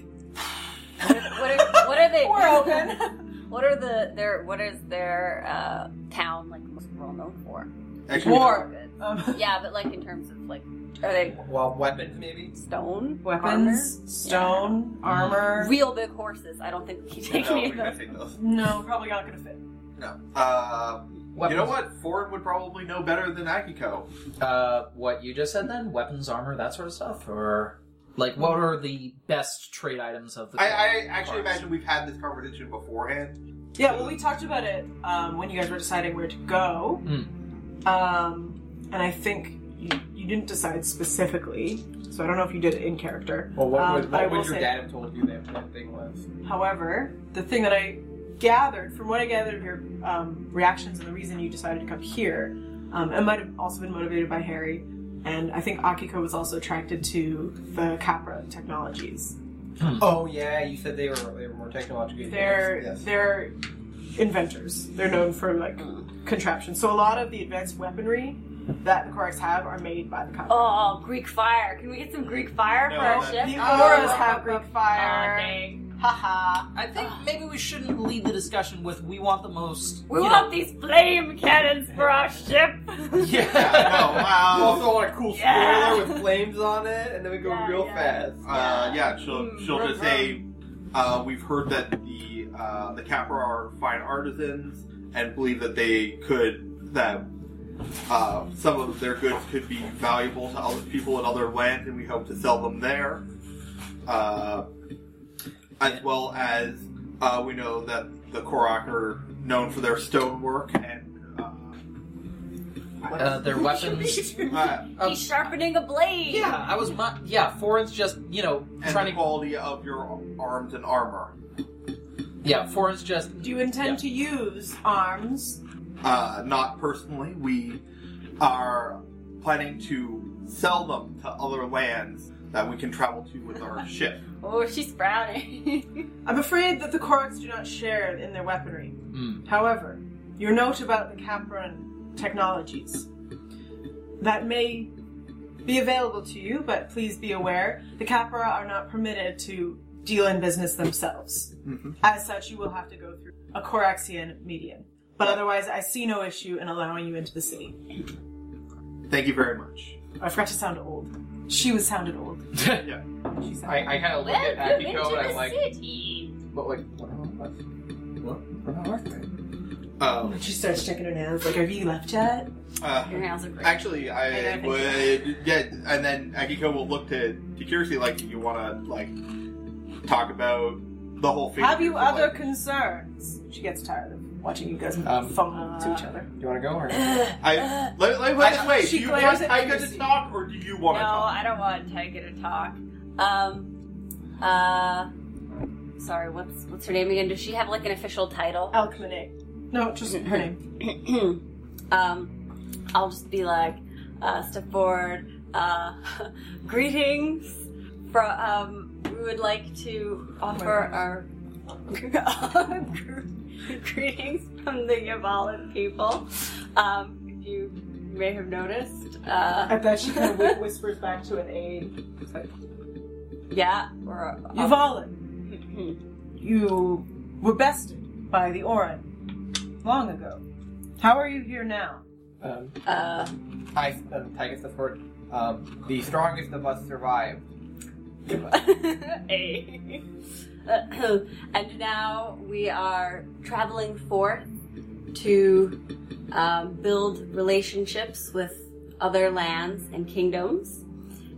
[SPEAKER 5] what, are, what, are, what are they?
[SPEAKER 2] We're open.
[SPEAKER 5] What are the their? What is their uh, town like most well known for?
[SPEAKER 3] Actually,
[SPEAKER 2] War.
[SPEAKER 5] Goods.
[SPEAKER 2] Um,
[SPEAKER 5] Yeah, but like in terms of like, are they
[SPEAKER 6] Well, weapons maybe.
[SPEAKER 5] stone
[SPEAKER 2] weapons, stone, armor.
[SPEAKER 5] armor? Real big horses. I don't think we can take
[SPEAKER 3] no,
[SPEAKER 5] any
[SPEAKER 3] we
[SPEAKER 5] of
[SPEAKER 3] can't
[SPEAKER 5] those.
[SPEAKER 3] take those.
[SPEAKER 2] No, probably not going to fit.
[SPEAKER 3] No. Uh,
[SPEAKER 4] Weapons.
[SPEAKER 3] you know what? Ford would probably know better than Akiko.
[SPEAKER 4] Uh, what you just said then? Weapons, armor, that sort of stuff? Or, like, what are the best trade items of the.
[SPEAKER 3] I, I actually
[SPEAKER 4] cards?
[SPEAKER 3] imagine we've had this conversation beforehand.
[SPEAKER 2] Yeah, well, we talked about it um, when you guys were deciding where to go. Um, and I think you, you didn't decide specifically, so I don't know if you did it in character.
[SPEAKER 6] Well, what,
[SPEAKER 2] Um,
[SPEAKER 6] would,
[SPEAKER 2] but I
[SPEAKER 6] what would
[SPEAKER 2] will
[SPEAKER 6] your
[SPEAKER 2] say-
[SPEAKER 6] dad have told you that that thing was?
[SPEAKER 2] However, the thing that I gathered from what I gathered of your um, reactions and the reason you decided to come here, um, it might have also been motivated by Harry, and I think Akiko was also attracted to the Capra technologies.
[SPEAKER 6] Oh yeah, you said they were they were more technologically
[SPEAKER 2] They're
[SPEAKER 6] advanced. Yes.
[SPEAKER 2] they're inventors. They're known for like contraptions. So a lot of the advanced weaponry that the Korax have are made by the Capra.
[SPEAKER 5] Oh, Greek fire. Can we get some Greek fire
[SPEAKER 3] No,
[SPEAKER 5] for our
[SPEAKER 3] that-
[SPEAKER 5] ship?
[SPEAKER 2] The
[SPEAKER 5] Oh,
[SPEAKER 2] Auras
[SPEAKER 5] oh,
[SPEAKER 2] have Greek fire.
[SPEAKER 5] dang.
[SPEAKER 2] Haha.
[SPEAKER 4] I think maybe we shouldn't lead the discussion with we want the most.
[SPEAKER 5] We
[SPEAKER 4] you
[SPEAKER 5] want
[SPEAKER 4] know-
[SPEAKER 5] these flame cannons for our ship.
[SPEAKER 4] Yeah.
[SPEAKER 3] wow.
[SPEAKER 6] You also want a cool
[SPEAKER 5] Yeah.
[SPEAKER 6] spoiler with flames on it, and then we go
[SPEAKER 5] Yeah,
[SPEAKER 6] real
[SPEAKER 5] yeah.
[SPEAKER 6] fast.
[SPEAKER 3] Uh, yeah, she'll
[SPEAKER 4] Hmm,
[SPEAKER 5] Mm,
[SPEAKER 3] she'll
[SPEAKER 5] ruh,
[SPEAKER 3] just say, uh, "We've heard that the uh, the Capra are fine artisans and believe that they could that uh, some of their goods could be valuable to other people in other lands, and we hope to sell them there, uh, as well as uh, we know that the Korok are known for their stonework and." Uh,
[SPEAKER 4] Uh, their weapons.
[SPEAKER 3] uh,
[SPEAKER 4] Um,
[SPEAKER 5] He's sharpening a blade.
[SPEAKER 4] yeah, I was. Mu- yeah, Foreign's just, you know,
[SPEAKER 3] and
[SPEAKER 4] trying
[SPEAKER 3] the
[SPEAKER 4] to.
[SPEAKER 3] quality of your arms and armor.
[SPEAKER 4] Yeah, Foreign's just.
[SPEAKER 2] Do you intend to use arms?
[SPEAKER 3] Uh, not personally. We are planning to sell them to other lands that we can travel to with our ship.
[SPEAKER 5] Oh, she's sprouting.
[SPEAKER 2] I'm afraid that the Koroks do not share in their weaponry.
[SPEAKER 4] Mm.
[SPEAKER 2] However, your note about the Capron technologies that may be available to you, but please be aware the Capra are not permitted to deal in business themselves.
[SPEAKER 3] Mm-hmm.
[SPEAKER 2] As such, you will have to go through a Koraxian medium. But otherwise, I see no issue in allowing you into the city.
[SPEAKER 3] Thank you very much.
[SPEAKER 2] I forgot to sound old. She was sounded old.
[SPEAKER 3] Yeah.
[SPEAKER 2] She sounded
[SPEAKER 6] I, I kind of look at
[SPEAKER 5] Welcome into
[SPEAKER 6] Akiko and I'm
[SPEAKER 5] the
[SPEAKER 6] like,
[SPEAKER 5] city.
[SPEAKER 6] but like, what am I worth? What?
[SPEAKER 3] Um,
[SPEAKER 2] She starts checking her nails, like, have you left yet?
[SPEAKER 3] uh,
[SPEAKER 5] Your nails are great.
[SPEAKER 3] actually,
[SPEAKER 2] I
[SPEAKER 3] I
[SPEAKER 2] don't
[SPEAKER 3] would. Yeah, and then Akiko will look to to Kirsty like, "Do you want to like talk about the whole thing?"
[SPEAKER 2] Have you
[SPEAKER 3] So,
[SPEAKER 2] other
[SPEAKER 3] like,
[SPEAKER 2] concerns? She gets tired of watching you guys
[SPEAKER 6] Um,
[SPEAKER 2] fumble to each other.
[SPEAKER 6] Do you want to go or?
[SPEAKER 3] I let, let, let,
[SPEAKER 2] uh, I-
[SPEAKER 3] wait.
[SPEAKER 2] she
[SPEAKER 3] Do you want
[SPEAKER 2] glares at
[SPEAKER 3] Aiko
[SPEAKER 2] Kirsty.
[SPEAKER 3] to talk, or do you
[SPEAKER 5] No,
[SPEAKER 3] want to talk?
[SPEAKER 5] I don't want Tyga to talk. Um, uh, sorry, what's what's her name again? Does she have like an official title?
[SPEAKER 2] Alchemy. No, just her name.
[SPEAKER 5] um, I'll just be like, uh, step forward. Uh, greetings. From um, we would like to offer our greetings from the Yavalan people. Um, if you may have noticed, uh,
[SPEAKER 2] I bet she kind of whi- whispers back to an aide. Um,
[SPEAKER 5] yeah, um, or
[SPEAKER 2] Yuvalin, you were bested by the Orin long ago. How are you here now?
[SPEAKER 6] Um,
[SPEAKER 5] Uh,
[SPEAKER 6] Ty, um, Tygus the Fort. Um, the strongest of us survived.
[SPEAKER 5] A. and now we are traveling forth to um, build relationships with other lands and kingdoms.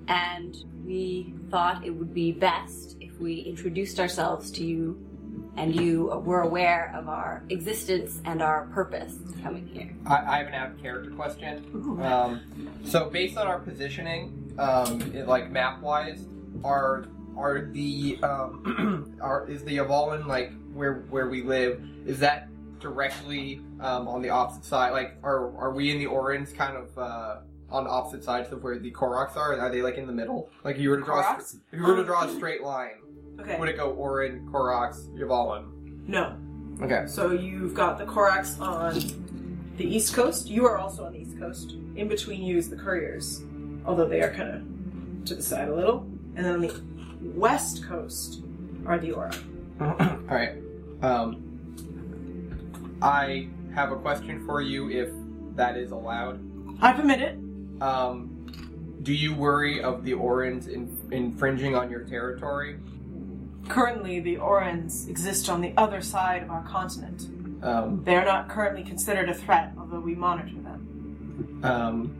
[SPEAKER 5] And we thought it would be best if we introduced ourselves to you and you were aware of our existence and our purpose coming here.
[SPEAKER 6] I, I have an out of character question. Um, so based on our positioning, um, it- like map wise, are are the um, are is the Avalon like where where we live? Is that directly um, on the opposite side? Like are are we in the Orins kind of? Uh, on opposite sides of where the Koroks are, are they like in the middle? Like if you were to draw, a-
[SPEAKER 2] Koroks? Um,
[SPEAKER 6] if you were to draw a straight line,
[SPEAKER 2] Okay.
[SPEAKER 6] would it go Orin, Koroks, Yvalin?
[SPEAKER 2] No.
[SPEAKER 6] Okay.
[SPEAKER 2] So you've got the Korax on the East Coast. You are also on the East Coast. In between you is the Couriers, although they are kind of to the side a little. And then on the West Coast are the Aura.
[SPEAKER 6] All right. Um, I have a question for you, if that is allowed.
[SPEAKER 2] I permit it.
[SPEAKER 6] Um, do you worry of the Orins in- infringing on your territory?
[SPEAKER 2] Currently, the Orans exist on the other side of our continent.
[SPEAKER 6] Um,
[SPEAKER 2] They are not currently considered a threat, although we monitor them.
[SPEAKER 6] um,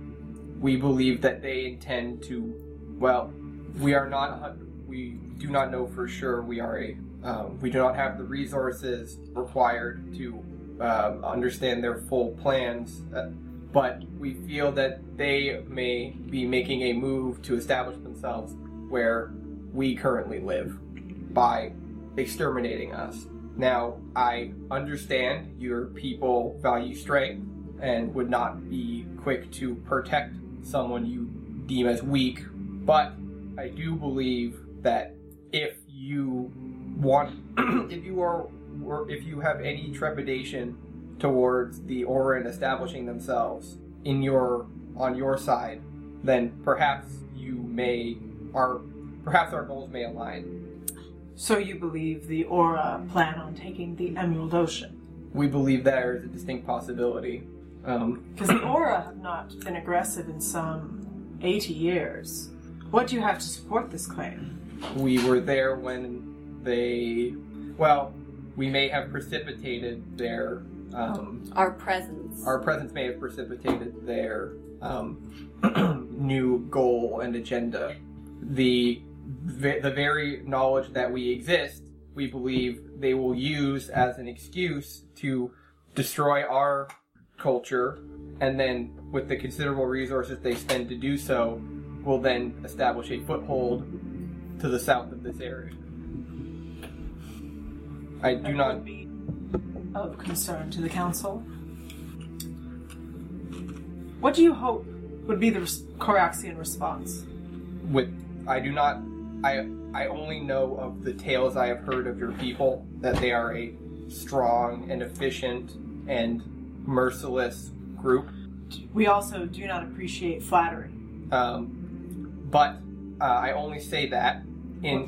[SPEAKER 6] we believe that they intend to. Well, we are not. hun- We do not know for sure. We are a. Um, we do not have the resources required to um, understand their full plans, uh, but we feel that they may be making a move to establish themselves where we currently live by exterminating us. Now, I understand your people value strength and would not be quick to protect someone you deem as weak, but I do believe that if you want, if you are, or if you have any trepidation towards the Orin establishing themselves in your on your side, then perhaps you may our perhaps our goals may align.
[SPEAKER 2] So you believe the Aura plan on taking the Emerald Ocean?
[SPEAKER 6] We believe there is a distinct possibility. Um,
[SPEAKER 2] Because the Aura have not been aggressive in some 80 years. What do you have to support this claim?
[SPEAKER 6] we were there when they, well, we may have precipitated their um,
[SPEAKER 5] Our presence.
[SPEAKER 6] our presence may have precipitated their um, new goal and agenda. The ve- the very knowledge that we exist, we believe they will use as an excuse to destroy our culture, and then with the considerable resources they spend to do so, will then establish a foothold to the south of this area. I do
[SPEAKER 2] That
[SPEAKER 6] not
[SPEAKER 2] would be of concern to the Council. What do you hope would be the res- Coraxian response?
[SPEAKER 6] with I do not I I only know of the tales I have heard of your people that they are a strong and efficient and merciless group.
[SPEAKER 2] We also do not appreciate flattery.
[SPEAKER 6] Um, but uh, I only say that in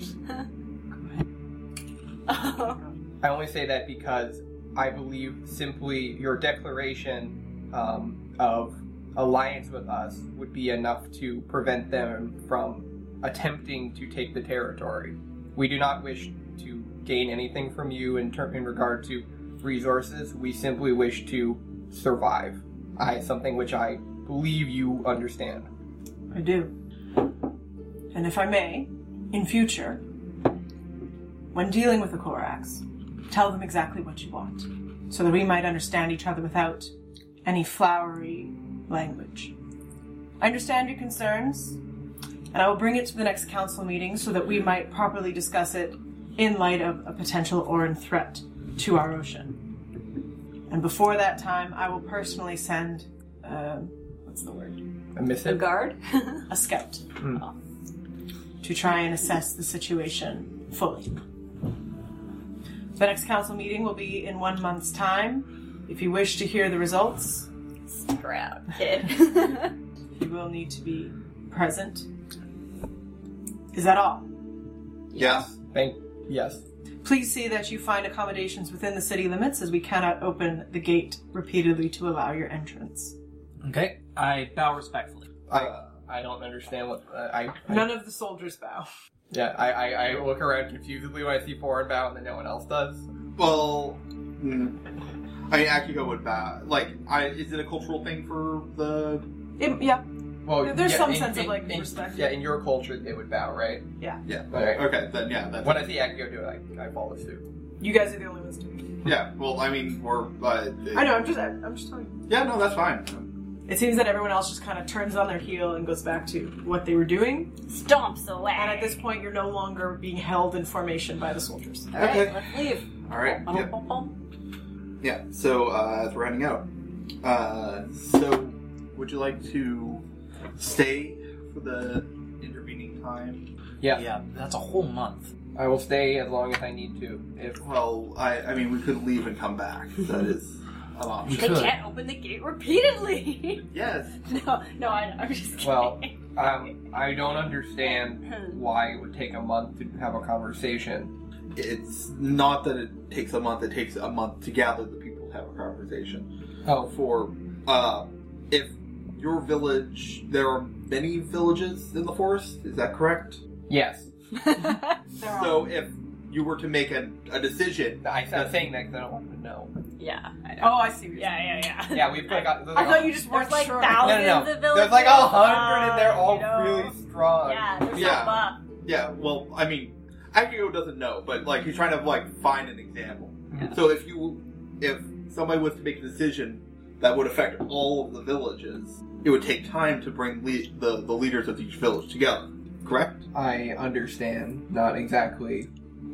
[SPEAKER 6] I only say that because I believe simply your declaration um, of alliance with us would be enough to prevent them from attempting to take the territory. We do not wish to gain anything from you in, ter- in regard to resources. We simply wish to survive. I something which I believe you understand.
[SPEAKER 2] I do. And if I may, in future, when dealing with the Korax, tell them exactly what you want, so that we might understand each other without any flowery language. I understand your concerns, and I will bring it to the next council meeting so that we might properly discuss it in light of a potential Orin threat to our ocean. And before that time, I will personally send, uh, what's the word?
[SPEAKER 6] I miss
[SPEAKER 5] a
[SPEAKER 6] it.
[SPEAKER 5] guard?
[SPEAKER 2] a scout to try and assess the situation fully. The next council meeting will be in one month's time. If you wish to hear the results,
[SPEAKER 5] Crowd, kid.
[SPEAKER 2] you will need to be present. Is that all?
[SPEAKER 3] Yes.
[SPEAKER 6] Thank yes.
[SPEAKER 2] Please see that you find accommodations within the city limits as we cannot open the gate repeatedly to allow your entrance.
[SPEAKER 4] Okay, I bow respectfully.
[SPEAKER 3] Uh,
[SPEAKER 6] I, I don't understand what uh, I, I-
[SPEAKER 2] None of the soldiers bow.
[SPEAKER 6] yeah I, I I look around confusedly when I see foreign bow and then no one else does.
[SPEAKER 3] Well, mm, I mean, Akiko would bow. Like, I, is it a cultural thing for the?
[SPEAKER 2] It- yeah,
[SPEAKER 6] Well,
[SPEAKER 2] There- there's some
[SPEAKER 6] in-
[SPEAKER 2] sense of,
[SPEAKER 6] in-
[SPEAKER 2] like,
[SPEAKER 6] in-
[SPEAKER 2] respect.
[SPEAKER 6] Yeah, in your culture they would bow, right?
[SPEAKER 3] Yeah.
[SPEAKER 6] Okay.
[SPEAKER 3] Okay. Then yeah. That's,
[SPEAKER 6] When I see Akio do it, I, I follow suit.
[SPEAKER 2] you guys are the only ones doing.
[SPEAKER 3] yeah. Well, I mean, we're. Uh,
[SPEAKER 2] it. I know. I'm just. I'm just telling you.
[SPEAKER 3] Yeah. No, that's fine.
[SPEAKER 2] It seems that everyone else just kind of turns on their heel and goes back to what they were doing.
[SPEAKER 5] Stomps away.
[SPEAKER 2] And at this point, you're no longer being held in formation by the soldiers.
[SPEAKER 5] All right,
[SPEAKER 3] Okay.
[SPEAKER 5] let's leave.
[SPEAKER 3] All right.
[SPEAKER 5] Bum,
[SPEAKER 3] Yeah.
[SPEAKER 5] bum, bum.
[SPEAKER 3] yeah. So uh, as we're heading out, uh, so would you like to stay for the intervening time?
[SPEAKER 6] Yeah.
[SPEAKER 4] that's a whole month.
[SPEAKER 6] I will stay as long as I need to. If
[SPEAKER 3] Well, I, I mean, we could leave and come back. That is an option.
[SPEAKER 5] They
[SPEAKER 4] Good.
[SPEAKER 5] can't open the gate repeatedly.
[SPEAKER 3] Yes.
[SPEAKER 5] no, no, I, I'm just kidding.
[SPEAKER 6] well, um, I don't understand why it would take a month to have a conversation.
[SPEAKER 3] It's not that it takes a month. It takes a month to gather the people to have a conversation.
[SPEAKER 6] Oh,
[SPEAKER 3] for uh, if your village there are many villages in the forest is that correct
[SPEAKER 6] yes.
[SPEAKER 2] There are.
[SPEAKER 3] so if you were to make an, a decision
[SPEAKER 6] I, I'm saying that because I don't want them to know.
[SPEAKER 5] yeah, I know.
[SPEAKER 2] oh, I see. What you're saying.
[SPEAKER 5] yeah, yeah, yeah.
[SPEAKER 6] Yeah, we've got. got
[SPEAKER 2] I thought you just weren't
[SPEAKER 5] There's like
[SPEAKER 2] sure.
[SPEAKER 5] thousands
[SPEAKER 6] No, no,
[SPEAKER 5] of villages.
[SPEAKER 6] there's like a hundred, and they're
[SPEAKER 5] um,
[SPEAKER 6] all
[SPEAKER 5] you know.
[SPEAKER 6] really strong.
[SPEAKER 5] Yeah, they're
[SPEAKER 3] Yeah.
[SPEAKER 5] so buff.
[SPEAKER 3] yeah well i mean akio doesn't know but like he's trying to like find an example
[SPEAKER 6] Yeah.
[SPEAKER 3] so if you if somebody was to make a decision that would affect all of the villages it would take time to bring le- the, the leaders of each village together correct
[SPEAKER 6] I understand. Not exactly.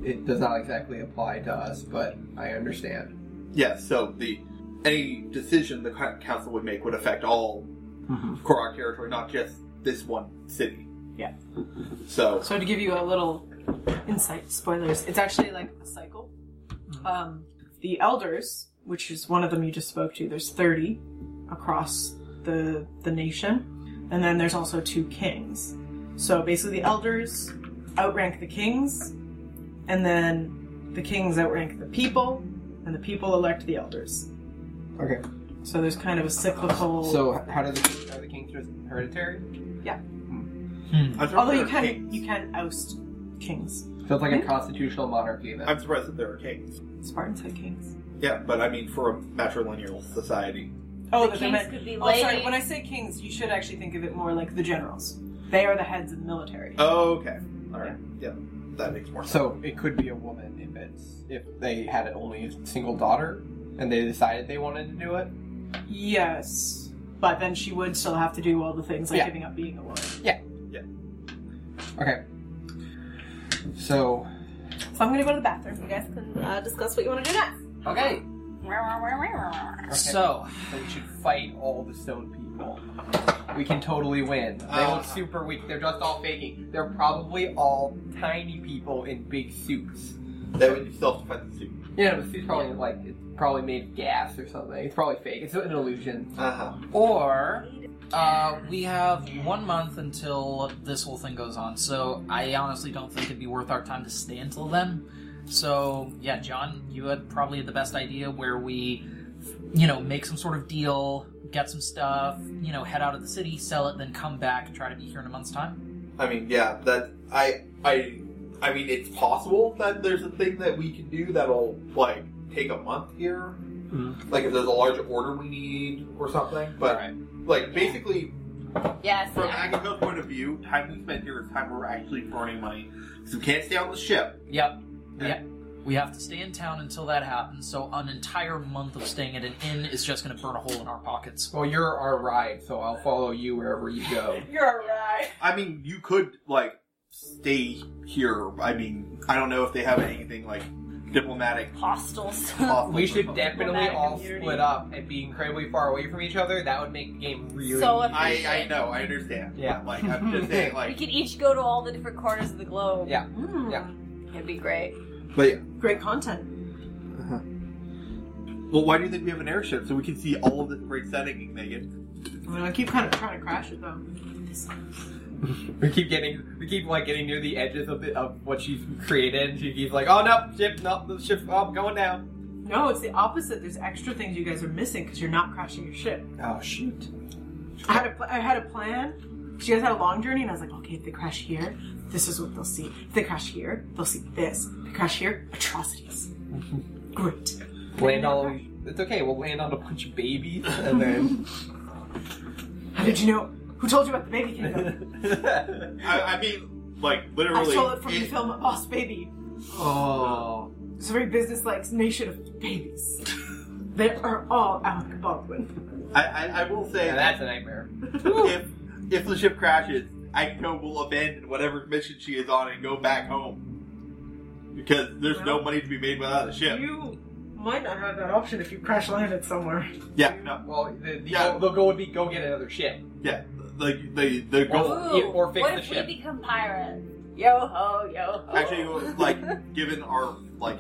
[SPEAKER 6] It does not exactly apply to us, but I understand.
[SPEAKER 3] yeah so the any decision the co- council would make would affect all Korok territory, not just this one city.
[SPEAKER 2] Yeah.
[SPEAKER 3] So,
[SPEAKER 2] So to give you a little insight, spoilers. It's actually like a cycle.
[SPEAKER 5] Mm-hmm.
[SPEAKER 2] Um, the elders, which is one of them you just spoke to, there's 30 across the the nation, and then there's also two kings. So basically, the elders outrank the kings, and then the kings outrank the people, and the people elect the elders.
[SPEAKER 6] Okay.
[SPEAKER 2] So there's kind of a cyclical.
[SPEAKER 6] So, h- how do the are the kings just hereditary?
[SPEAKER 3] I'm surprised
[SPEAKER 2] although
[SPEAKER 3] there
[SPEAKER 2] you
[SPEAKER 3] are
[SPEAKER 2] can
[SPEAKER 3] kings.
[SPEAKER 2] you can oust kings.
[SPEAKER 6] So it's like a constitutional monarchy. Then.
[SPEAKER 3] I'm surprised that there are kings.
[SPEAKER 2] Spartans had kings.
[SPEAKER 3] Yeah, but I mean, for a matrilineal society.
[SPEAKER 2] Oh,
[SPEAKER 5] the
[SPEAKER 2] the
[SPEAKER 5] kings could be
[SPEAKER 2] Oh, sorry.
[SPEAKER 5] ladies.
[SPEAKER 2] When I say kings, you should actually think of it more like the generals. They are the heads of the military.
[SPEAKER 3] Oh, okay. All right. Yeah, that makes more sense.
[SPEAKER 6] So it could be a woman if it's if they had only a single daughter and they decided they wanted to do it.
[SPEAKER 2] Yes, but then she would still have to do all the things like
[SPEAKER 6] Yeah.
[SPEAKER 2] giving up being a woman.
[SPEAKER 6] Okay. So
[SPEAKER 2] So I'm gonna go to the bathroom.
[SPEAKER 5] You guys can uh, discuss what you want to do next.
[SPEAKER 4] Okay, so
[SPEAKER 6] so we should fight all the stone people. We can totally win. They
[SPEAKER 3] Ah.
[SPEAKER 6] look super weak. They're just all faking. They're probably all tiny people in big suits.
[SPEAKER 3] That would be self-defense too.
[SPEAKER 6] Yeah, but suits probably like it's probably made of gas or something. It's probably fake. It's an illusion.
[SPEAKER 3] Uh huh.
[SPEAKER 4] or uh, we have one month until this whole thing goes on. So I honestly don't think it'd be worth our time to stay until then. So yeah, John, you had probably the best idea where we, you know, make some sort of deal, get some stuff, you know, head out of the city, sell it, then come back, try to be here in a month's time.
[SPEAKER 3] I mean, yeah. That I I I mean, it's possible that there's a thing that we can do that'll like take a month here.
[SPEAKER 6] Hmm.
[SPEAKER 3] Like if there's a large order we need or something. But
[SPEAKER 6] Alright.
[SPEAKER 3] like basically,
[SPEAKER 5] Yes.
[SPEAKER 3] From Agatha's point of view, time we spent here is time we're actually burning money. Because we can't stay on the ship.
[SPEAKER 4] Yep. Yep. We have to stay in town until that happens. So an entire month of staying at an inn is just going to burn a hole in our pockets.
[SPEAKER 6] Well, you're our ride, so I'll follow you wherever you go.
[SPEAKER 2] You're alright.
[SPEAKER 3] I mean, you could, like, stay here. I mean, I don't know if they have anything, like, diplomatic.
[SPEAKER 5] Hostels.
[SPEAKER 3] off-
[SPEAKER 6] We should definitely
[SPEAKER 5] Diplomatic
[SPEAKER 6] all
[SPEAKER 5] immunity.
[SPEAKER 6] split up and be incredibly far away from each other. That would make the game really.
[SPEAKER 5] so
[SPEAKER 3] I, I
[SPEAKER 5] efficient.
[SPEAKER 3] know, I understand.
[SPEAKER 6] Yeah.
[SPEAKER 3] Like, I'm just saying,
[SPEAKER 5] We
[SPEAKER 3] like.
[SPEAKER 5] could each go to all the different corners of the globe.
[SPEAKER 6] Yeah.
[SPEAKER 5] Mm.
[SPEAKER 6] Yeah.
[SPEAKER 5] It'd be great.
[SPEAKER 3] But, yeah.
[SPEAKER 2] Hmm. Great content.
[SPEAKER 3] Well, why do you think we have an airship? So we can see all of this great setting, Megan.
[SPEAKER 2] I, mean, I keep kind of trying to crash it though.
[SPEAKER 6] We keep getting, we keep like getting near the edges of the, of what she's created, and she keeps like, oh no, ship, no, the ship, oh, I'm going down.
[SPEAKER 2] No, it's the opposite. There's extra things you guys are missing because you're not crashing your ship.
[SPEAKER 6] Oh shoot.
[SPEAKER 2] I had a pl- I had a plan. She guys had a long journey, and I was like, okay, if they crash here, this is what they'll see. If they crash here, they'll see this. If they crash here, atrocities. Great.
[SPEAKER 6] Land on, it's okay. We'll land on a bunch of babies, and then.
[SPEAKER 2] How did you know? Who told you about the baby kingdom?
[SPEAKER 3] I, I mean, like
[SPEAKER 2] I
[SPEAKER 3] literally.
[SPEAKER 2] stole it from the film Lost Baby.
[SPEAKER 6] oh.
[SPEAKER 2] It's a very business-like nation of babies. they are all Alec Baldwin.
[SPEAKER 3] I, I, I will say
[SPEAKER 6] Yeah, that's a nightmare.
[SPEAKER 3] if if the ship crashes, Agno will abandon whatever mission she is on and go back home. Because there's no money to be made without a ship.
[SPEAKER 2] You might not have that option if you crash landed somewhere.
[SPEAKER 3] yeah, no,
[SPEAKER 6] Well, the, the,
[SPEAKER 3] Yeah.
[SPEAKER 6] the goal would be go get another ship.
[SPEAKER 3] yeah. Like the the goal.
[SPEAKER 6] Or- yeah, or fix
[SPEAKER 5] what
[SPEAKER 6] the
[SPEAKER 5] if
[SPEAKER 6] ship.
[SPEAKER 5] we become pirates? Yo ho, yo ho.
[SPEAKER 3] Actually, like given our like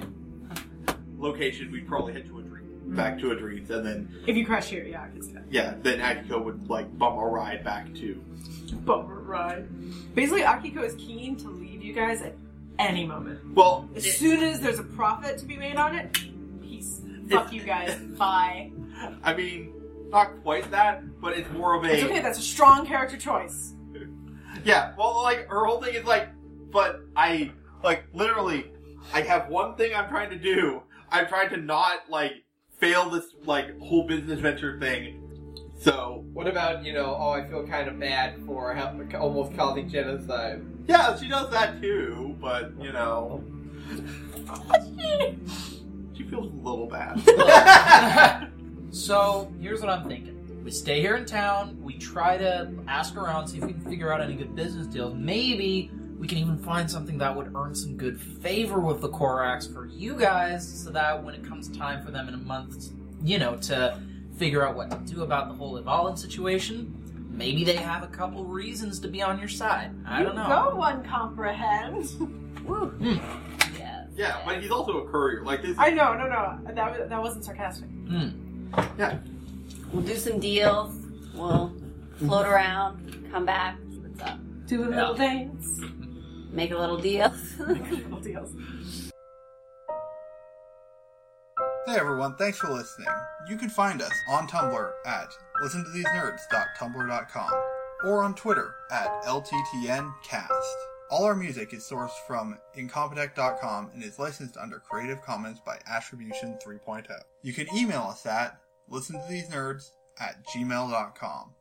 [SPEAKER 3] location, we'd probably head to a dream, back to a dream, and then
[SPEAKER 2] If you crash here, yeah, I can see that.
[SPEAKER 3] yeah, then Akiko would like bum a ride back to.
[SPEAKER 2] Bummer ride. Basically, Akiko is keen to leave you guys at any moment.
[SPEAKER 3] Well,
[SPEAKER 2] As soon as there's a profit to be made on it, peace. Fuck you guys. Bye.
[SPEAKER 3] I mean, not quite that, but it's more of a
[SPEAKER 2] It's okay, that's a strong character choice.
[SPEAKER 3] Yeah, well, like her whole thing is like, but I like literally, I have one thing I'm trying to do. I'm trying to not like fail this like whole business venture thing. So
[SPEAKER 6] What about, you know, oh, I feel kind of bad for help, almost causing genocide.
[SPEAKER 3] yeah, she does that too, but you know, she feels a little bad.
[SPEAKER 4] so here's what I'm thinking. We stay here in town. We try to ask around, see if we can figure out any good business deals. Maybe we can even find something that would earn some good favor with the Korax for you guys, so that when it comes time for them in a month, you know, to figure out what to do about the whole Evolin situation, maybe they have a couple reasons to be on your side. I don't know.
[SPEAKER 2] No one comprehends.
[SPEAKER 5] Woo. Yes.
[SPEAKER 3] yeah, but he's also a courier. Like this,
[SPEAKER 2] I know, no, no. That, wa- that wasn't sarcastic.
[SPEAKER 4] Hmm.
[SPEAKER 5] We'll do some deals. We'll float around, come back, see what's up,
[SPEAKER 2] Do a little dance.
[SPEAKER 5] make a little deal.
[SPEAKER 2] Little deals.
[SPEAKER 7] Hey everyone, thanks for listening. You can find us on Tumblr at listentothesenerds.tumblr.com or on Twitter at LTTNcast. All our music is sourced from incompetech.com and is licensed under Creative Commons by oh. Attribution 3.0. You can email us at listentothesenerds at gmail.com.